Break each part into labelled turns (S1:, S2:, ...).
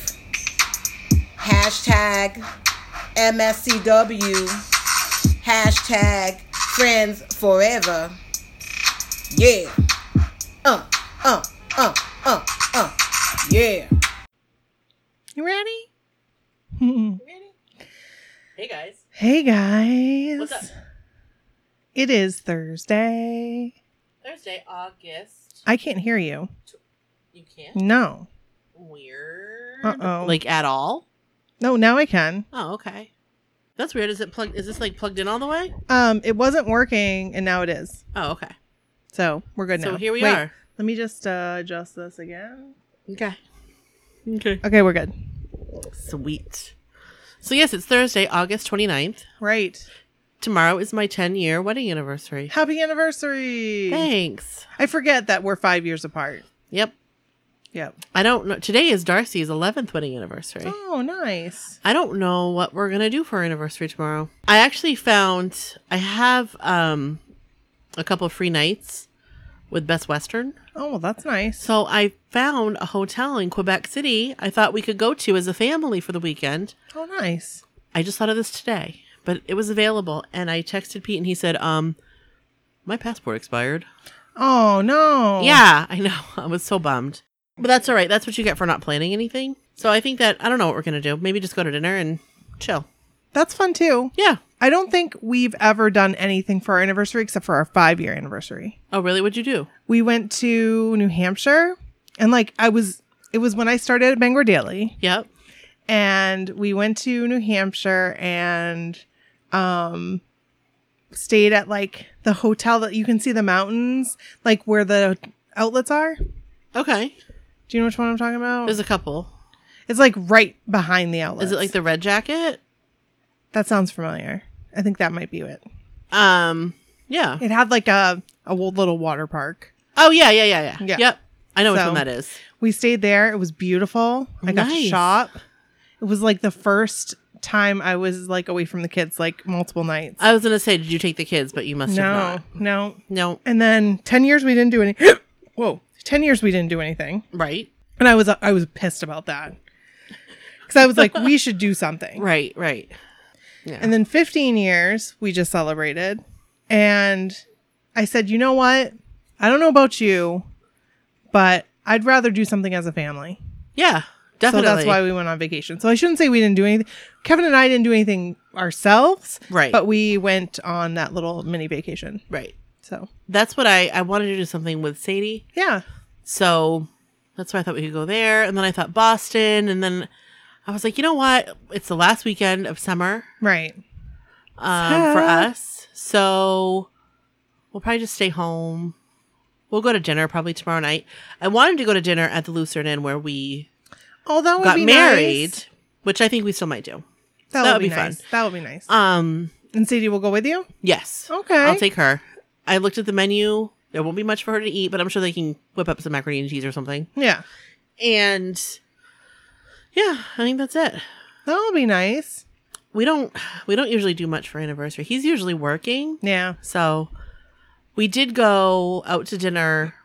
S1: Hashtag MSCW. Hashtag friends forever. Yeah. Uh, uh, uh, uh, uh. Yeah.
S2: You ready?
S3: Hey guys,
S2: Hey guys.
S3: what's up?
S2: It is Thursday.
S3: Thursday, August.
S2: I can't hear you.
S3: You can't.
S2: No.
S3: Weird.
S2: Uh oh.
S3: Like at all?
S2: no, now I can.
S3: Oh, okay. That's weird. Is it plugged? Is this like plugged in all the way?
S2: Um, it wasn't working and now it is.
S3: Oh, okay.
S2: So we're good now.
S3: So here we
S2: Wait,
S3: are.
S2: Let me just uh, adjust this again.
S3: Okay. Okay.
S2: Okay, we're good.
S3: Sweet. So yes, it's Thursday, August 29th.
S2: Right.
S3: Tomorrow is my 10 year wedding anniversary.
S2: Happy anniversary.
S3: Thanks.
S2: I forget that we're five years apart.
S3: Yep.
S2: Yep.
S3: I don't know. Today is Darcy's 11th wedding anniversary.
S2: Oh, nice.
S3: I don't know what we're gonna do for our anniversary tomorrow. I actually found I have um a couple of free nights with Best Western.
S2: Oh, well, that's nice.
S3: So I found a hotel in Quebec City I thought we could go to as a family for the weekend.
S2: Oh, nice.
S3: I just thought of this today, but it was available and I texted Pete and he said, um, my passport expired.
S2: Oh, no.
S3: Yeah, I know. I was so bummed. But that's all right. That's what you get for not planning anything. So I think that I don't know what we're gonna do. Maybe just go to dinner and chill.
S2: That's fun too.
S3: Yeah.
S2: I don't think we've ever done anything for our anniversary except for our five year anniversary.
S3: Oh really? What'd you do?
S2: We went to New Hampshire and like I was it was when I started at Bangor Daily
S3: Yep.
S2: and we went to New Hampshire and um stayed at like the hotel that you can see the mountains, like where the outlets are. Do
S3: Okay.
S2: you know which one I'm talking about?
S3: There's a couple.
S2: it's like right behind the outlets.
S3: Is it like the red jacket?
S2: That sounds familiar. I think that might be it.
S3: Um yeah.
S2: It had like a a old little water park.
S3: Oh yeah, yeah, yeah, yeah.
S2: Yeah.
S3: Yep. I know which
S2: So-
S3: one that is.
S2: We stayed there. It was beautiful. I got to
S3: Nice.
S2: shop. It was like the first time I was like away from the kids like multiple nights.
S3: I was gonna say, did you take the kids? But you must have
S2: no,
S3: not.
S2: no.
S3: No.
S2: And then 10 years we didn't do any Whoa. 10 years we didn't do anything.
S3: Right.
S2: And I was uh, I was pissed about that. Cuz I was like we should do something.
S3: Right. Right.
S2: And then 15 years we just celebrated. And I said, "You know what? I don't know about you, but I'd rather do something as a family."
S3: Yeah. Definitely.
S2: So that's why we went on vacation. So I shouldn't say we didn't do anything. Kevin and I didn't do anything ourselves,
S3: Right.
S2: But we went on that little mini vacation.
S3: right.
S2: So
S3: That's what I I wanted to do something with Sadie.
S2: yeah,
S3: So that's why I thought we could go there. And then I thought Boston. And then I was like, you know what? It's the last weekend of summer
S2: right.
S3: um, for
S2: Sad.
S3: us. So we'll probably just stay home. We'll go to dinner probably tomorrow night. I wanted to go to dinner at the Lucerne Inn where we
S2: Oh, that would
S3: got
S2: be
S3: married,
S2: Nice.
S3: which I think we still might do. That
S2: That, would
S3: would
S2: be,
S3: be
S2: nice.
S3: fun.
S2: That would be nice.
S3: Um,
S2: and Sadie will go with you.
S3: yes.
S2: Okay.
S3: I'll take her. I looked at the menu. There won't be much for her to eat, but I'm sure they can whip up some macaroni and cheese or something.
S2: Yeah,
S3: And yeah, I think that's it.
S2: that will be nice.
S3: We don't we don't usually do much for anniversary. He's usually working.
S2: Yeah.
S3: So we did go out to dinner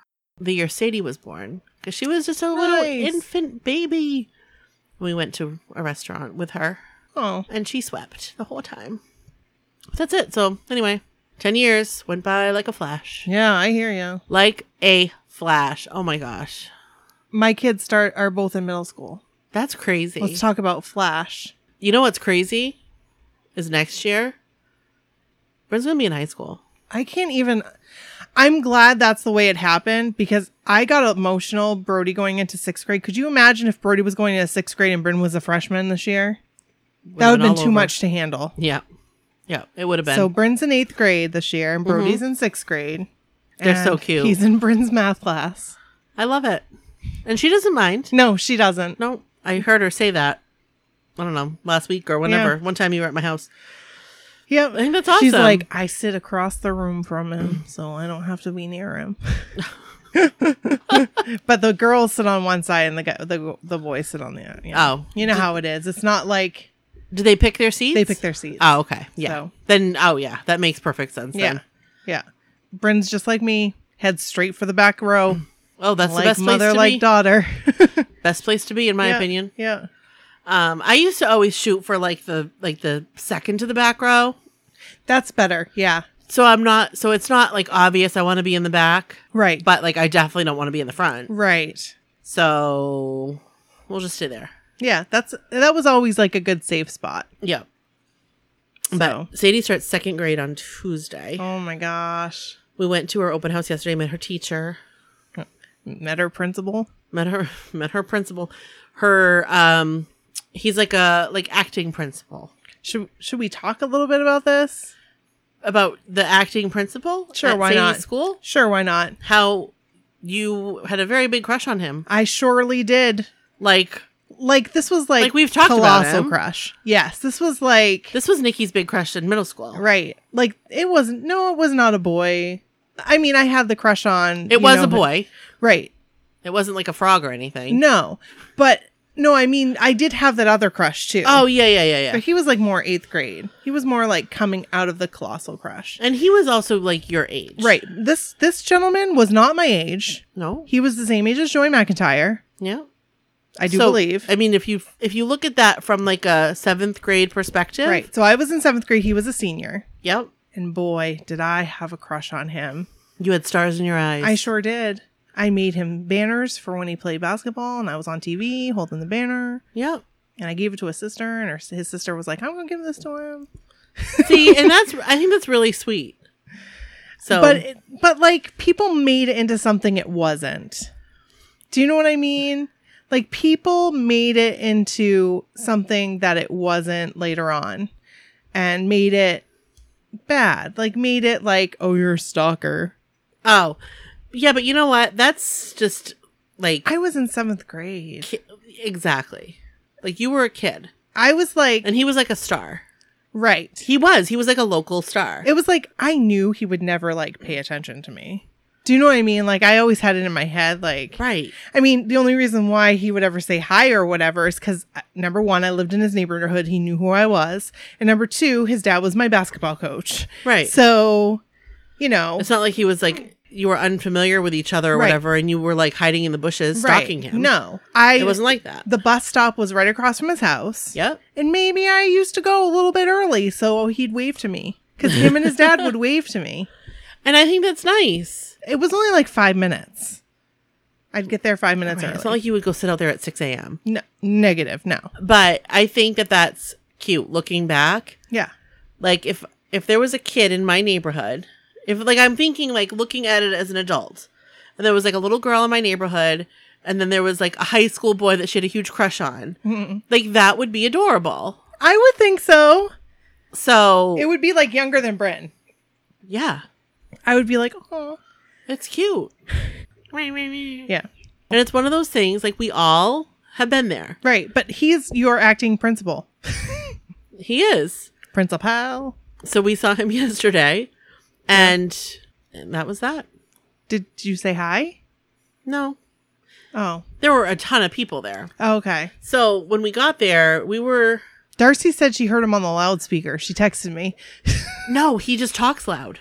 S3: the year Sadie was born because she was just a little
S2: Nice.
S3: infant baby. We went to a restaurant with her
S2: Oh,
S3: and she swept the whole time. But that's it. So anyway, 10 years went by like a flash.
S2: yeah. I hear you.
S3: Like a flash. Oh my gosh.
S2: My kids start are both in middle school.
S3: That's crazy.
S2: Let's talk about Flash.
S3: you know what's crazy? Is next year, Brent's going to be in high school.
S2: I can't even. I'm glad that's the way it happened because I got emotional. Brody going into sixth grade. Could you imagine if Brody was going into sixth grade and Bryn was a freshman this year? that would have been
S3: all
S2: too
S3: over.
S2: much to handle.
S3: Yeah. Yeah. It would have been.
S2: So Bryn's in eighth grade this year, and Brody's in sixth grade.
S3: Mm-hmm. They're so
S2: and
S3: cute.
S2: He's in Bryn's math class.
S3: I love it. And she doesn't mind.
S2: No, she doesn't.
S3: No, I heard her say that. I don't know, last week or whenever. One time you were at my house.
S2: Yep.
S3: I think that's awesome.
S2: She's like, I sit across the room from him, so I don't have to be near him. but the girls sit on one side and the guy, the the boys sit on the other. Yeah.
S3: oh,
S2: You know how it is. It's not like
S3: do they pick their seats?
S2: they pick their seats.
S3: Oh, okay. Yeah.
S2: So-
S3: Then, oh, yeah. That makes perfect sense.
S2: yeah,
S3: Then.
S2: yeah. Bryn's just like me, heads straight for the back row,
S3: Oh, that's
S2: like
S3: the best place
S2: mother,
S3: to
S2: like
S3: be.
S2: daughter.
S3: best place to be, in my
S2: Yeah,
S3: opinion.
S2: Yeah.
S3: Um, I used to always shoot for like the like the second to the back row,
S2: That's better. Yeah.
S3: so I'm not. So it's not like obvious. I want to be in the back,
S2: Right.
S3: but like I definitely don't want to be in the front.
S2: right.
S3: So we'll just stay there.
S2: Yeah. That's that was always like a good safe spot.
S3: Yeah.
S2: So.
S3: But Sadie starts second grade on Tuesday.
S2: Oh my gosh.
S3: We went to her open house yesterday, met her teacher,
S2: Met her principal.
S3: met her met her principal. Her um he's like a like acting principal.
S2: Should should we talk a little bit about this?
S3: About the acting principal?
S2: Sure,
S3: at
S2: why
S3: Sadie's
S2: not?
S3: school?
S2: Sure, why not?
S3: How you had a very big crush on him.
S2: I surely did.
S3: Like
S2: Like this was like,
S3: Like, we've talked about
S2: colossal
S3: him.
S2: crush. Yes, this was like
S3: this was Nikki's big crush in middle school.
S2: right. Like it wasn't. No, it was not a boy. I mean, I had the crush on. you
S3: It was
S2: know,
S3: a
S2: but-
S3: boy.
S2: right?
S3: It wasn't like a frog or anything.
S2: No, but no. I mean, I did have that other crush too.
S3: Oh yeah, yeah, yeah, yeah.
S2: but he was like more eighth grade. He was more like coming out of the colossal crush.
S3: And he was also like your age.
S2: Right. This this gentleman was not my age.
S3: No?
S2: He was the same age as Joy McIntyre.
S3: Yeah.
S2: I do
S3: So,
S2: believe.
S3: I mean, if you if you look at that from like a seventh grade perspective,
S2: right. So I was in seventh grade. He was a senior.
S3: Yep,
S2: And boy, did I have a crush on him.
S3: you had stars in your eyes.
S2: I sure did. I made him banners for when he played basketball, and I was on TV holding the banner,
S3: Yep.
S2: and I gave it to his sister, and her, his sister was like, I'm going to give this to him.
S3: See, and that's I think that's really sweet. So,
S2: But, it, but like, people made it into something it wasn't. Do you know what I mean? Like, people made it into something that it wasn't later on and made it bad. Like, made it like, oh, you're a stalker.
S3: oh, yeah, but you know what? That's just like
S2: I was in seventh grade.
S3: ki- exactly like you were a kid,
S2: I was like,
S3: and he was like a star.
S2: right.
S3: He was. He was like a local star.
S2: It was like I knew he would never like pay attention to me. Do you know what I mean? Like I always had it in my head. Like
S3: right.
S2: I mean, the only reason why he would ever say hi or whatever is because number one, I lived in his neighborhood. He knew who I was, and number two, his dad was my basketball coach.
S3: Right.
S2: So, you know,
S3: It's not like he was like you were unfamiliar with each other or
S2: Right.
S3: whatever, and you were like hiding in the bushes,
S2: right.
S3: stalking him.
S2: No, I
S3: it wasn't like that.
S2: the bus stop was right across from his house.
S3: Yep.
S2: And maybe I used to go a little bit early, so he'd wave to me because him and his dad would wave to me.
S3: And I think that's nice.
S2: It was only like five minutes. I'd get there five minutes
S3: Right,
S2: early.
S3: It's not like you would go sit out there at 6 a.m.
S2: no, negative. No.
S3: But I think that that's cute looking back.
S2: Yeah.
S3: Like if if there was a kid in my neighborhood, if like I'm thinking like looking at it as an adult, and there was like a little girl in my neighborhood, and then there was like a high school boy that she had a huge crush on,
S2: Mm-mm.
S3: like that would be adorable.
S2: I would think so.
S3: So
S2: It would be like younger than Bryn.
S3: yeah,
S2: I would be like, oh,
S3: it's cute,
S2: yeah,
S3: and it's one of those things like we all have been there.
S2: right. But he's your acting principal,
S3: He is.
S2: principal.
S3: So we saw him yesterday, and, and that was that.
S2: Did you say hi?
S3: No,
S2: Oh,
S3: there were a ton of people there.
S2: okay.
S3: So when we got there, we were
S2: Darcy said she heard him on the loudspeaker. She texted me.
S3: no, he just talks loud.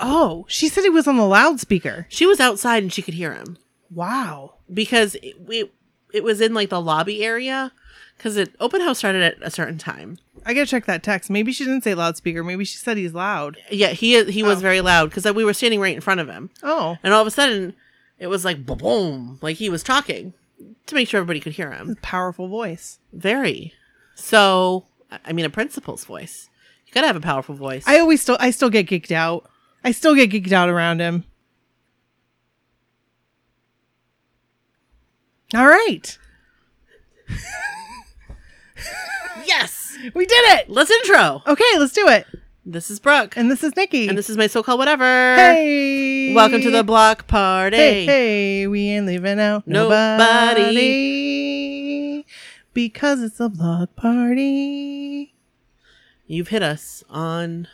S2: Oh, she said he was on the loudspeaker.
S3: She was outside and she could hear him
S2: Wow.
S3: because it, we it was in like the lobby area because it open house started at a certain time.
S2: I gotta check that text. Maybe she didn't say loudspeaker. Maybe she said he's loud.
S3: Yeah, he he was
S2: Oh.
S3: very loud because we were standing right in front of him,
S2: Oh,
S3: and all of a sudden it was like boom, boom, like he was talking to make sure everybody could hear him.
S2: powerful voice.
S3: Very. So I- I mean, a principal's voice. You gotta have a powerful voice.
S2: I always still I still get geeked out. I still get geeked out around him. All right.
S3: yes,
S2: We did it.
S3: let's intro.
S2: Okay, let's do it.
S3: This is Brooke.
S2: And this is Nikki.
S3: And this is my so-called whatever.
S2: Hey.
S3: Welcome to the block party.
S2: Hey, hey, we ain't leaving out nobody.
S3: Nobody.
S2: because it's a block party.
S3: You've hit us on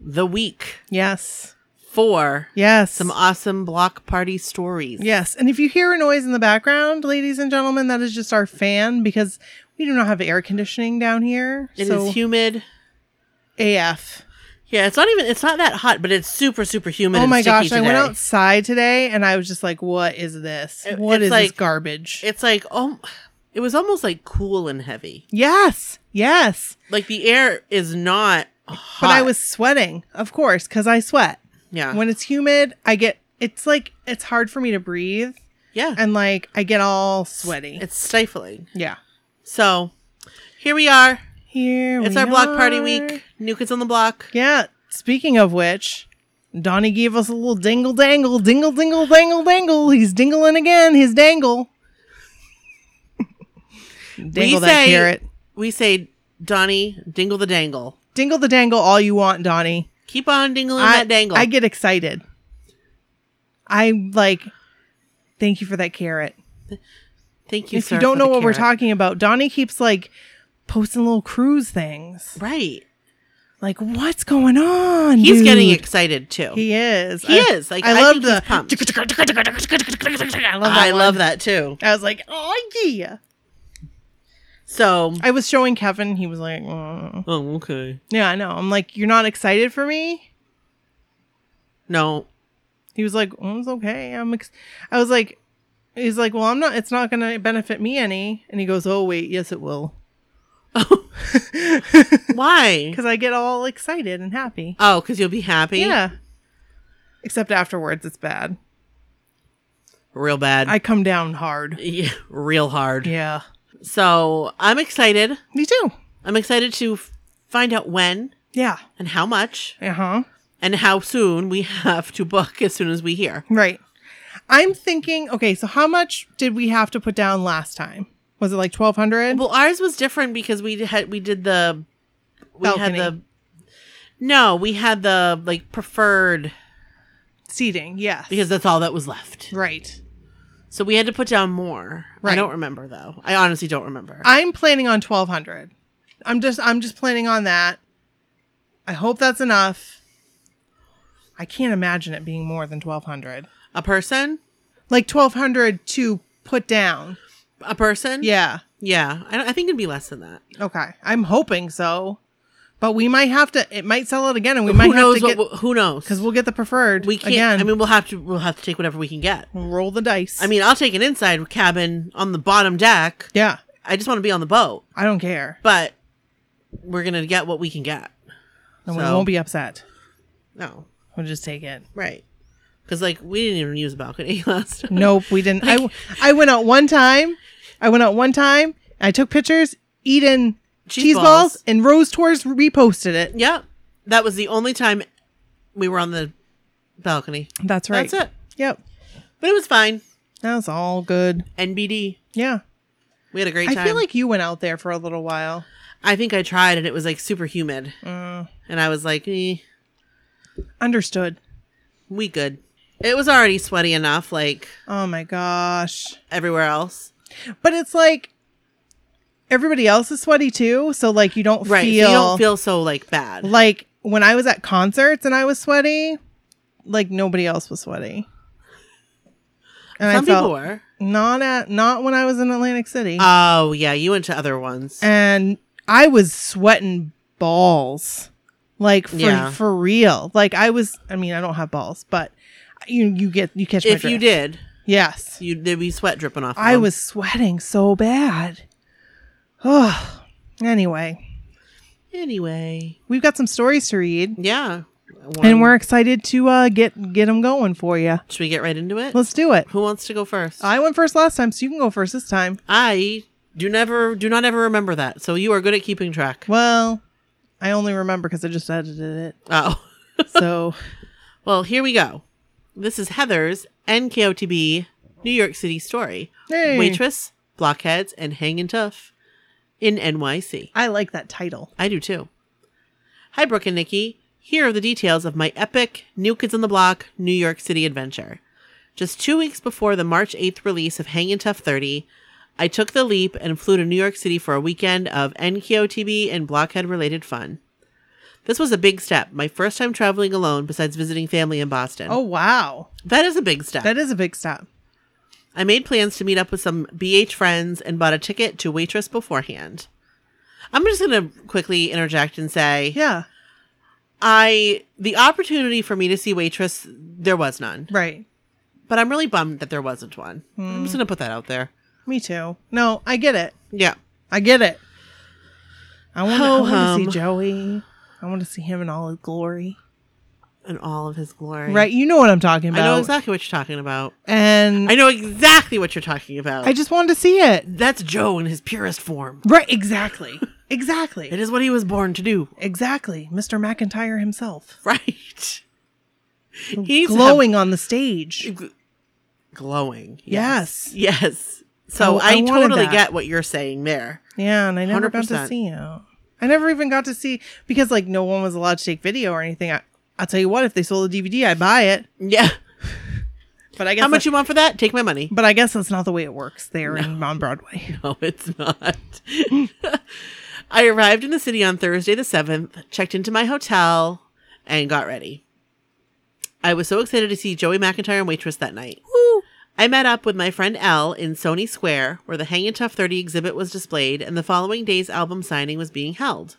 S3: the week
S2: Yes.
S3: for
S2: Yes.
S3: some awesome block party stories.
S2: Yes. And if you hear a noise in the background, ladies and gentlemen, that is just our fan because we do not have air conditioning down here.
S3: it is
S2: so
S3: humid.
S2: AF.
S3: Yeah, it's not even it's not that hot, but it's super super humid.
S2: Oh
S3: and
S2: my
S3: sticky
S2: gosh. I went
S3: today.
S2: outside today and I was just like, what is this?
S3: It-
S2: what
S3: it's
S2: is this
S3: like-
S2: garbage?
S3: It's like oh, it was almost like cool and heavy.
S2: yes. Yes.
S3: Like the air is not hot.
S2: But I was sweating, of course, because I sweat.
S3: yeah
S2: When it's humid, I get, it's like, it's hard for me to breathe
S3: yeah
S2: and like I get all sweaty.
S3: it's stifling.
S2: yeah.
S3: So here we are.
S2: Here
S3: It's
S2: we
S3: our block party
S2: are.
S3: week. New kids on the block.
S2: Yeah. Speaking of which, Donnie gave us a little dingle dangle, dingle dingle dangle dangle. He's dingling again, his dangle. dangle that
S3: say-
S2: carrot.
S3: We say Donnie, dingle the dangle.
S2: Dingle the dangle all you want, Donnie.
S3: Keep on dingling
S2: I,
S3: that dangle.
S2: I get excited. I'm like, thank you for that carrot.
S3: Thank you.
S2: if
S3: sir,
S2: you don't
S3: for
S2: know
S3: the
S2: what we're
S3: carrot.
S2: talking about, Donnie keeps like posting little cruise things.
S3: right?
S2: Like, what's going on?
S3: He's getting
S2: dude?
S3: excited too.
S2: He is.
S3: He
S2: I-
S3: is. Like
S2: I,
S3: I,
S2: love
S3: think
S2: the.
S3: He's pumped.
S2: I love that.
S3: I
S2: one.
S3: love that too.
S2: I was like, oh yeah.
S3: So.
S2: I was showing Kevin. He was like, oh.
S3: Oh okay.
S2: yeah, I know. I'm like, you're not excited for me.
S3: No.
S2: He was like, oh, it's okay. I'm. Ex-. I was like, he's like, well, I'm not. It's not going to benefit me any. And he goes, oh wait, yes, it will. Because
S3: Why?
S2: I get all excited and happy.
S3: Oh, because you'll be happy.
S2: Yeah. Except afterwards, it's bad.
S3: Real bad.
S2: I come down hard.
S3: Yeah, real hard.
S2: Yeah.
S3: So I'm excited.
S2: Me too.
S3: I'm excited to f- find out when
S2: Yeah.
S3: and how much
S2: Uh huh.
S3: and how soon we have to book as soon as we hear.
S2: Right. I'm thinking, okay, so how much did we have to put down last time? Was it like 1200?
S3: Well, ours was different because we had we did the we
S2: Balcony.
S3: had the no, we had the like preferred
S2: Seating, yes.
S3: because that's all that was left.
S2: right.
S3: So we had to put down more.
S2: Right.
S3: I don't remember though. I honestly don't remember.
S2: I'm planning on 1200. I'm just I'm just planning on that. I hope that's enough. I can't imagine it being more than 1200.
S3: a person?
S2: Like 1200 to put down.
S3: A person?
S2: Yeah.
S3: Yeah. I, don't, I think it'd be less than that.
S2: Okay. I'm hoping so. But we might have to it might sell out again and we might
S3: who knows
S2: have to
S3: what
S2: get
S3: who knows?
S2: cuz we'll get the preferred
S3: we can't
S2: again.
S3: I mean we'll have to we'll have to take whatever we can get.
S2: roll the dice.
S3: I mean, I'll take an inside cabin on the bottom deck.
S2: yeah.
S3: I just want to be on the boat,
S2: I don't care.
S3: but we're going to get what we can get.
S2: And we
S3: So-
S2: won't be upset.
S3: No.
S2: We'll just take it.
S3: Right. Because, like, we didn't even use a balcony last time.
S2: Nope, we didn't. I, w- I went out one time. I went out one time. I took pictures, eating cheese,
S3: Cheese
S2: balls.
S3: balls.
S2: and Rose Tours reposted it.
S3: Yep. That was the only time we were on the balcony.
S2: That's right.
S3: That's it.
S2: Yep.
S3: But it was fine.
S2: That's all good.
S3: NBD.
S2: Yeah.
S3: We had a great
S2: I
S3: time.
S2: feel like you went out there for a little while.
S3: I think I tried and it was, like, super humid.
S2: Uh.
S3: And I was like, eh,
S2: Understood.
S3: we good. It was already sweaty enough, like,
S2: Oh my gosh.
S3: everywhere else.
S2: But it's like everybody else is sweaty too. So, like, you don't
S3: Right. so
S2: feel,
S3: you don't feel so, like, bad.
S2: like when I was at concerts and I was sweaty, like nobody else was sweaty. And
S3: Some
S2: I felt
S3: people were.
S2: not at not when I was in Atlantic City.
S3: Oh yeah, you went to other ones.
S2: and I was sweating balls, like for
S3: Yeah.
S2: for real. Like I was. I mean, I don't have balls, but you you get you catch. my
S3: if you
S2: drift.
S3: did, Um,
S2: yes,
S3: you there'd be sweat dripping off. of
S2: I
S3: them.
S2: was sweating so bad. Oh, anyway,
S3: anyway.
S2: we've got some stories to read,
S3: Yeah, One-
S2: and we're excited to uh, get get them going for you.
S3: should we get right into it?
S2: Let's do it.
S3: Who wants to go first?
S2: I went first last time, so you can go first this time.
S3: I do never do not ever remember that. So you are good at keeping track.
S2: Well, I only remember because I just edited
S3: Oh,
S2: it. So
S3: well, here we go. This is Heather's NKOTB New York City story.
S2: Hey.
S3: Waitress, blockheads, and hangin' tough in NYC.
S2: I like that title.
S3: I do too. Hi, Brooke and Nikki. Here are the details of my epic New Kids on the Block New York City adventure. Just two weeks before the March 8th release of Hangin' Tough 30, I took the leap and flew to New York City for a weekend of NKOTB and blockhead related fun. This was a big step, my first time traveling alone besides visiting family in Boston.
S2: Oh wow,
S3: that is a big step.
S2: that is a big step.
S3: I made plans to meet up with some BH friends and bought a ticket to Waitress beforehand. I'm just going to quickly interject and say
S2: Yeah,
S3: I the opportunity for me to see Waitress there was none.
S2: right.
S3: But I'm really bummed that there wasn't one. I'm
S2: Hmm.
S3: just going to put that out there.
S2: Me too. No, I get it.
S3: Yeah.
S2: I get it. I want to
S3: Ho-hum.
S2: see Joey. I want to see him in all his glory.
S3: In all of his glory.
S2: Right, you know what I'm talking
S3: I
S2: about.
S3: know exactly what you're talking about.
S2: And
S3: I know exactly what you're talking about.
S2: I just wanted to see it.
S3: That's Joe in his purest form.
S2: Right, exactly. exactly.
S3: It is what he was born to do.
S2: Exactly. Mr. McIntyre himself.
S3: Right. He needs to have-
S2: glowing on the stage.
S3: Gl- glowing.
S2: Yes.
S3: Yes. So
S2: Oh, I
S3: I,
S2: wanted
S3: totally
S2: that.
S3: get what you're saying there.
S2: Yeah, and I never got to
S3: 100%.
S2: see you. I never even got to see because like no one was allowed to take video or anything. I, I'll tell you what, if they sold a DVD, I'd buy it.
S3: Yeah.
S2: But I guess
S3: How much
S2: that-
S3: you want for that? Take my money.
S2: but I guess that's not the way it works there in, on Broadway.
S3: No, it's not. I arrived in the city on Thursday the 7th, checked into my hotel, and got ready. I was so excited to see Joey McIntyre and Waitress that night. I met up with my friend Elle in Sony Square, where the Hangin' Tough 30 exhibit was displayed, and the following day's album signing was being held.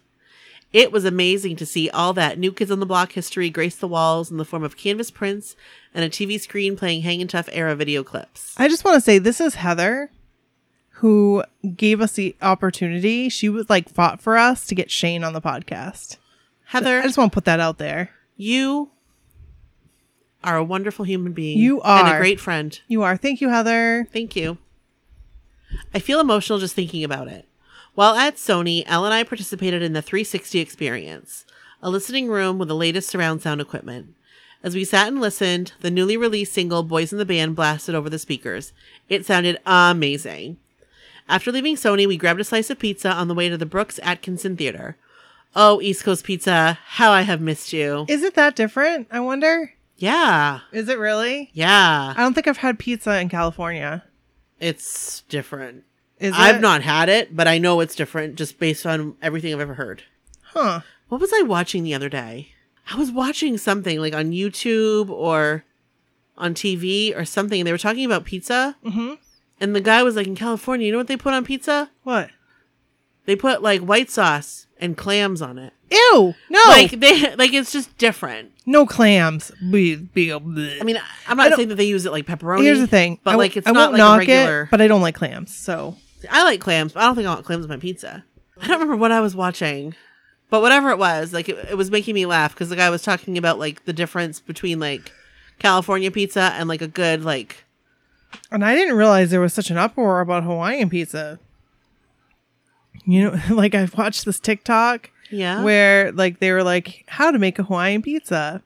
S3: It was amazing to see all that New Kids on the Block history grace the walls in the form of canvas prints and a TV screen playing Hangin' Tough era video clips.
S2: I just want to say this is Heather who gave us the opportunity. She was like fought for us to get Shane on the podcast.
S3: Heather,
S2: I just want to put that out there.
S3: You are a wonderful human being.
S2: You
S3: And
S2: are.
S3: a great friend.
S2: You are. Thank you, Heather.
S3: Thank you. I feel emotional just thinking about it. While at Sony, Elle and I participated in the 360 experience, a listening room with the latest surround sound equipment. As we sat and listened, the newly released single Boys in the Band blasted over the speakers. It sounded amazing. After leaving Sony, we grabbed a slice of pizza on the way to the Brooks Atkinson Theater. Oh, East Coast Pizza, how I have missed you.
S2: Is it that different? I wonder.
S3: Yeah.
S2: Is it really?
S3: Yeah.
S2: I don't think I've had pizza in California.
S3: It's different.
S2: Is
S3: I've
S2: it?
S3: not had it, but I know it's different just based on everything I've ever heard.
S2: Huh.
S3: What was I watching the other day? I was watching something like on YouTube or on TV or something, and they were talking about pizza.
S2: Mm-hmm.
S3: And the guy was like, In California, you know what they put on pizza?
S2: What?
S3: They put like white sauce and clams on it.
S2: Ew. No.
S3: Like they like it's just different.
S2: no clams. Bleh, bleh, bleh.
S3: I mean, I- I'm
S2: I
S3: not
S2: don't-
S3: saying that they use it like pepperoni.
S2: here's the thing.
S3: but
S2: I w-
S3: like it's
S2: I
S3: not
S2: won't
S3: like
S2: knock
S3: a regular.
S2: it, but I don't like clams. So
S3: I like clams, but I don't think I want clams on my pizza. I don't remember what I was watching, but whatever it was, like it, it was making me laugh because the guy was talking about like the difference between like California pizza and like a good like
S2: And I didn't realize there was such an uproar about Hawaiian pizza. You know, like I've watched this TikTok
S3: yeah
S2: where like they were like how to make a Hawaiian pizza.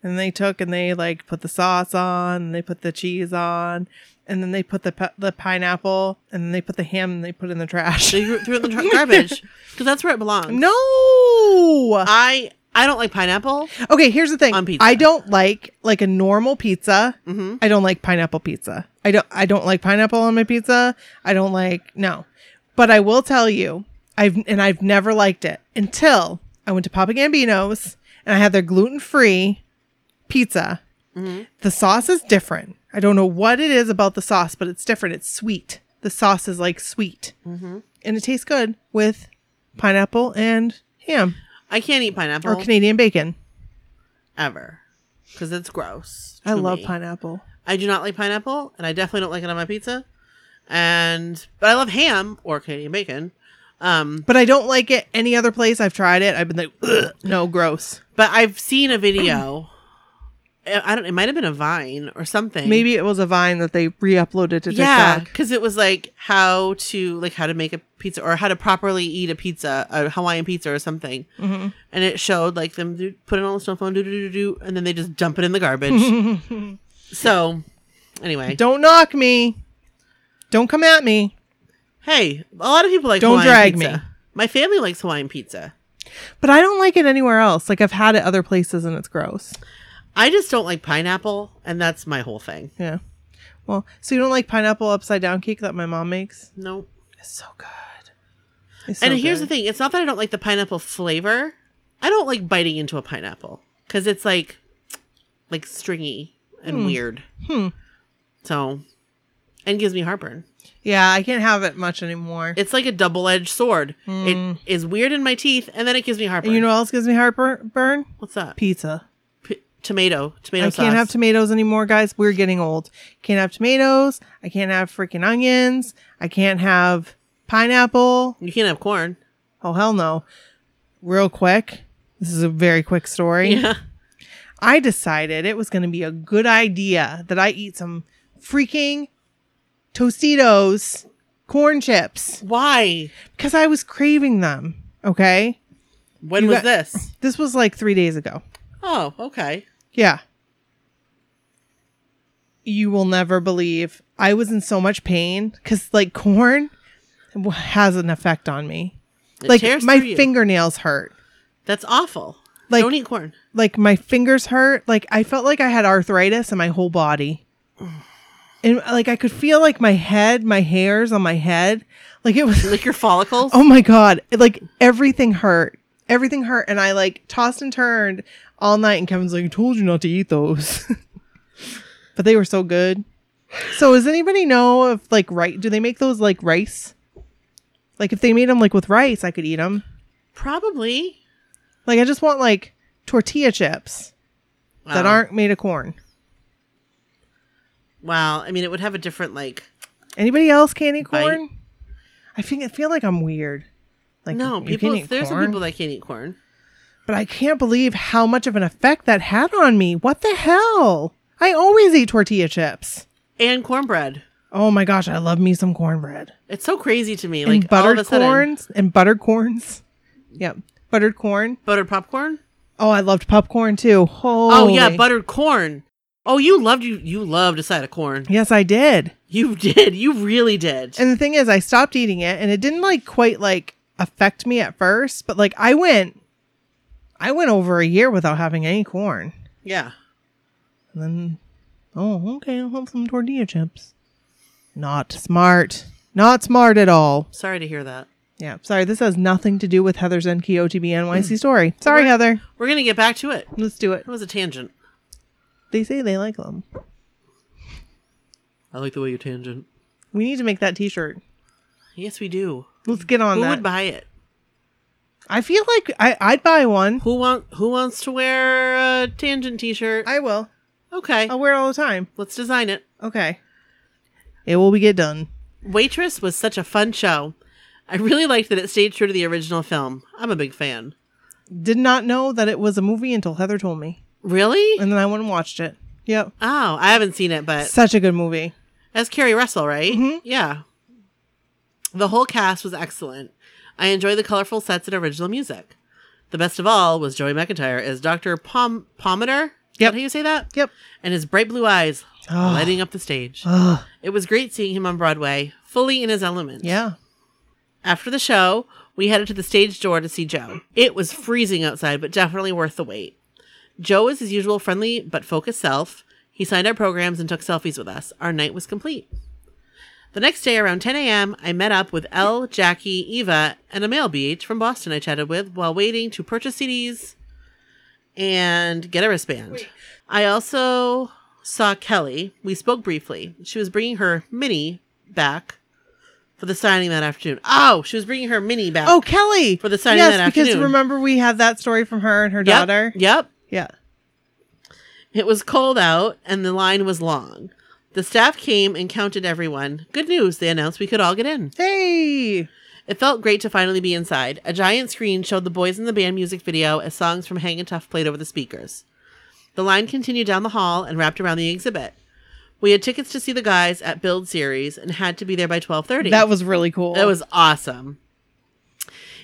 S2: And they took and they like put the sauce on, and they put the cheese on, and then they put the pi- the pineapple, and then they put the ham, and they put it in the trash.
S3: they threw threw it in the tr- garbage because that's where it belongs.
S2: no.
S3: I I don't like pineapple.
S2: Okay, here's the thing.
S3: On pizza.
S2: I don't like like a normal pizza.
S3: Mm-hmm.
S2: I don't like pineapple pizza. I don't I don't like pineapple on my pizza. I don't like no. But I will tell you, I've and I've never liked it until I went to Papa Gambino's and I had their gluten-free pizza.
S3: Mm-hmm.
S2: The sauce is different. I don't know what it is about the sauce, but it's different. It's sweet. The sauce is like sweet.
S3: Mm-hmm.
S2: And it tastes good with pineapple and ham
S3: I can't eat pineapple
S2: or Canadian bacon.
S3: ever because it's gross.
S2: I
S3: to
S2: love
S3: me.
S2: pineapple.
S3: I do not like pineapple, and I definitely don't like it on my pizza. And but I love ham or Canadian bacon. Um,
S2: But I don't like it any other place I've tried it. I've been like, Ugh, no, gross.
S3: But I've seen a video. I I don't. It might have been a Vine or something.
S2: Maybe it was a vine that they re-uploaded to
S3: Yeah,
S2: TikTok.
S3: because it was like how to like how to make a pizza or how to properly eat a pizza, a Hawaiian pizza or something.
S2: Mhm.
S3: And it showed like them do, put it on the snow phone, do do do do, and then they just dump it in the garbage. so, anyway,
S2: Don't knock me. Don't come at me.
S3: hey, a lot of people like
S2: Don't
S3: Hawaiian
S2: drag
S3: pizza.
S2: me.
S3: My family likes Hawaiian pizza.
S2: But I don't like it anywhere else. Like I've had it other places and it's gross.
S3: I just don't like pineapple, and that's my whole thing.
S2: Yeah. Well, so you don't like pineapple upside down cake that my mom makes?
S3: Nope.
S2: It's so good. It's so
S3: and here's
S2: good.
S3: the thing it's not that I don't like the pineapple flavor, I don't like biting into a pineapple because it's like, like stringy and weird.
S2: Hmm.
S3: So, and gives me heartburn.
S2: Yeah, I can't have it much anymore.
S3: It's like a double edged sword.
S2: Mm.
S3: It is weird in my teeth, and then it gives me heartburn.
S2: and you know what else gives me heartburn?
S3: what's that?
S2: Pizza.
S3: P- tomato, tomato
S2: I
S3: sauce.
S2: can't have tomatoes anymore, guys. We're getting old. Can't have tomatoes. I can't have freaking onions. I can't have pineapple.
S3: you can't have corn.
S2: Oh hell no. Real quick. This is a very quick story.
S3: Yeah,
S2: I decided it was going to be a good idea that I eat some freaking Tostitos corn chips
S3: why?
S2: because I was craving them. Okay.
S3: When
S2: You
S3: was
S2: got-
S3: this?
S2: This was like three days ago.
S3: Oh, okay.
S2: Yeah. You will never believe I was in so much pain because, like, corn w- has an effect on me.
S3: It
S2: like,
S3: tears
S2: my
S3: through you.
S2: fingernails hurt.
S3: That's awful.
S2: Like-
S3: don't eat corn.
S2: Like, my fingers hurt. Like, I felt like I had arthritis in my whole body. And, like, I could feel, like, my head, my hairs on my head. Like, it was.
S3: Lick your follicles.
S2: Oh my god! It, like everything hurt, everything hurt, and I like tossed and turned all night. And Kevin's like, "I "Told you not to eat those," but they were so good. So, does anybody know if like rice? Do they make those like rice? Like if they made them like with rice, I could eat them.
S3: Probably
S2: Like I just want like tortilla chips that
S3: Wow.
S2: aren't made of corn.
S3: Wow. I mean, it would have a different like.
S2: Anybody else can eat
S3: Bite.
S2: corn? I think I feel like I'm weird. Like
S3: no,
S2: you
S3: people.
S2: can't eat
S3: There's some
S2: corn?
S3: people that can't eat corn.
S2: But I can't believe how much of an effect that had on me. What the hell? I always eat tortilla chips.
S3: And cornbread.
S2: Oh my gosh, I love me some cornbread.
S3: It's so crazy to me.
S2: and
S3: like all of
S2: buttered
S3: a sudden,
S2: corns and buttered corns. Yep. Buttered corn.
S3: buttered popcorn.
S2: Oh, I loved popcorn too. Holy.
S3: Oh yeah, buttered corn. Oh, you loved you. You loved a side of corn.
S2: Yes, I did.
S3: You did. You really did.
S2: And the thing is, I stopped eating it and it didn't like quite like affect me at first, but like I went I went over a year without having any corn.
S3: yeah.
S2: And then, oh, okay, I'll have some tortilla chips. Not smart. Not smart at all.
S3: Sorry to hear that.
S2: Yeah, sorry. This has nothing to do with Heather's NKOTB NYC
S3: Mm.
S2: story. Sorry, Heather.
S3: We're gonna get back to it.
S2: Let's do it.
S3: That was a tangent.
S2: They say they like them.
S3: I like the way you tangent.
S2: We need to make that T-shirt.
S3: Yes, we do.
S2: Let's get on
S3: Who
S2: that.
S3: would buy it?
S2: I feel like I, I'd buy one.
S3: Who want Who wants to wear a tangent T-shirt?
S2: I Oh. will.
S3: okay,
S2: I'll wear it all the time.
S3: let's design it.
S2: Okay. It will be get done.
S3: Waitress was such a fun show. I really liked that it stayed true to the original film. I'm a big fan.
S2: Did not know that it was a movie until Heather told me,
S3: Really?
S2: and then I went and watched it. Yep.
S3: Oh, I haven't seen it, but
S2: Such a good movie.
S3: As Carrie Russell, right?
S2: Mm-hmm.
S3: Yeah. The whole cast was excellent. I enjoyed the colorful sets and original music. The best of all was Joey McIntyre as Dr. Pom- Pometer. Is
S2: Yep.
S3: that how you say that?
S2: Yep.
S3: And his bright blue eyes
S2: Oh.
S3: lighting up the stage.
S2: Ugh.
S3: It was great seeing him on Broadway, fully in his element.
S2: Yeah.
S3: After the show, we headed to the stage door to see Joe. It was freezing outside, but definitely worth the wait. Joe is his usual friendly but focused self. He signed our programs and took selfies with us. Our night was complete. The next day, around 10 a.m., I met up with Elle, Jackie, Eva, and a male BH from Boston I chatted with while waiting to purchase CDs and get a wristband. I also saw Kelly. We spoke briefly. She was bringing her mini back for the signing that afternoon. Oh, she was bringing her mini back.
S2: Oh, Kelly
S3: For the signing
S2: Yes,
S3: that
S2: because
S3: afternoon.
S2: remember we had that story from her and her
S3: Yep,
S2: daughter.
S3: Yep.
S2: Yeah.
S3: It was cold out and the line was long. The staff came and counted everyone. Good news, they announced we could all get in.
S2: Hey,
S3: It felt great to finally be inside. A giant screen showed the boys in the band music video as songs from Hangin' Tough played over the speakers. The line continued down the hall and wrapped around the exhibit. We had tickets to see the guys at Build Series and had to be there by 12:30.
S2: that was really cool.
S3: That was awesome.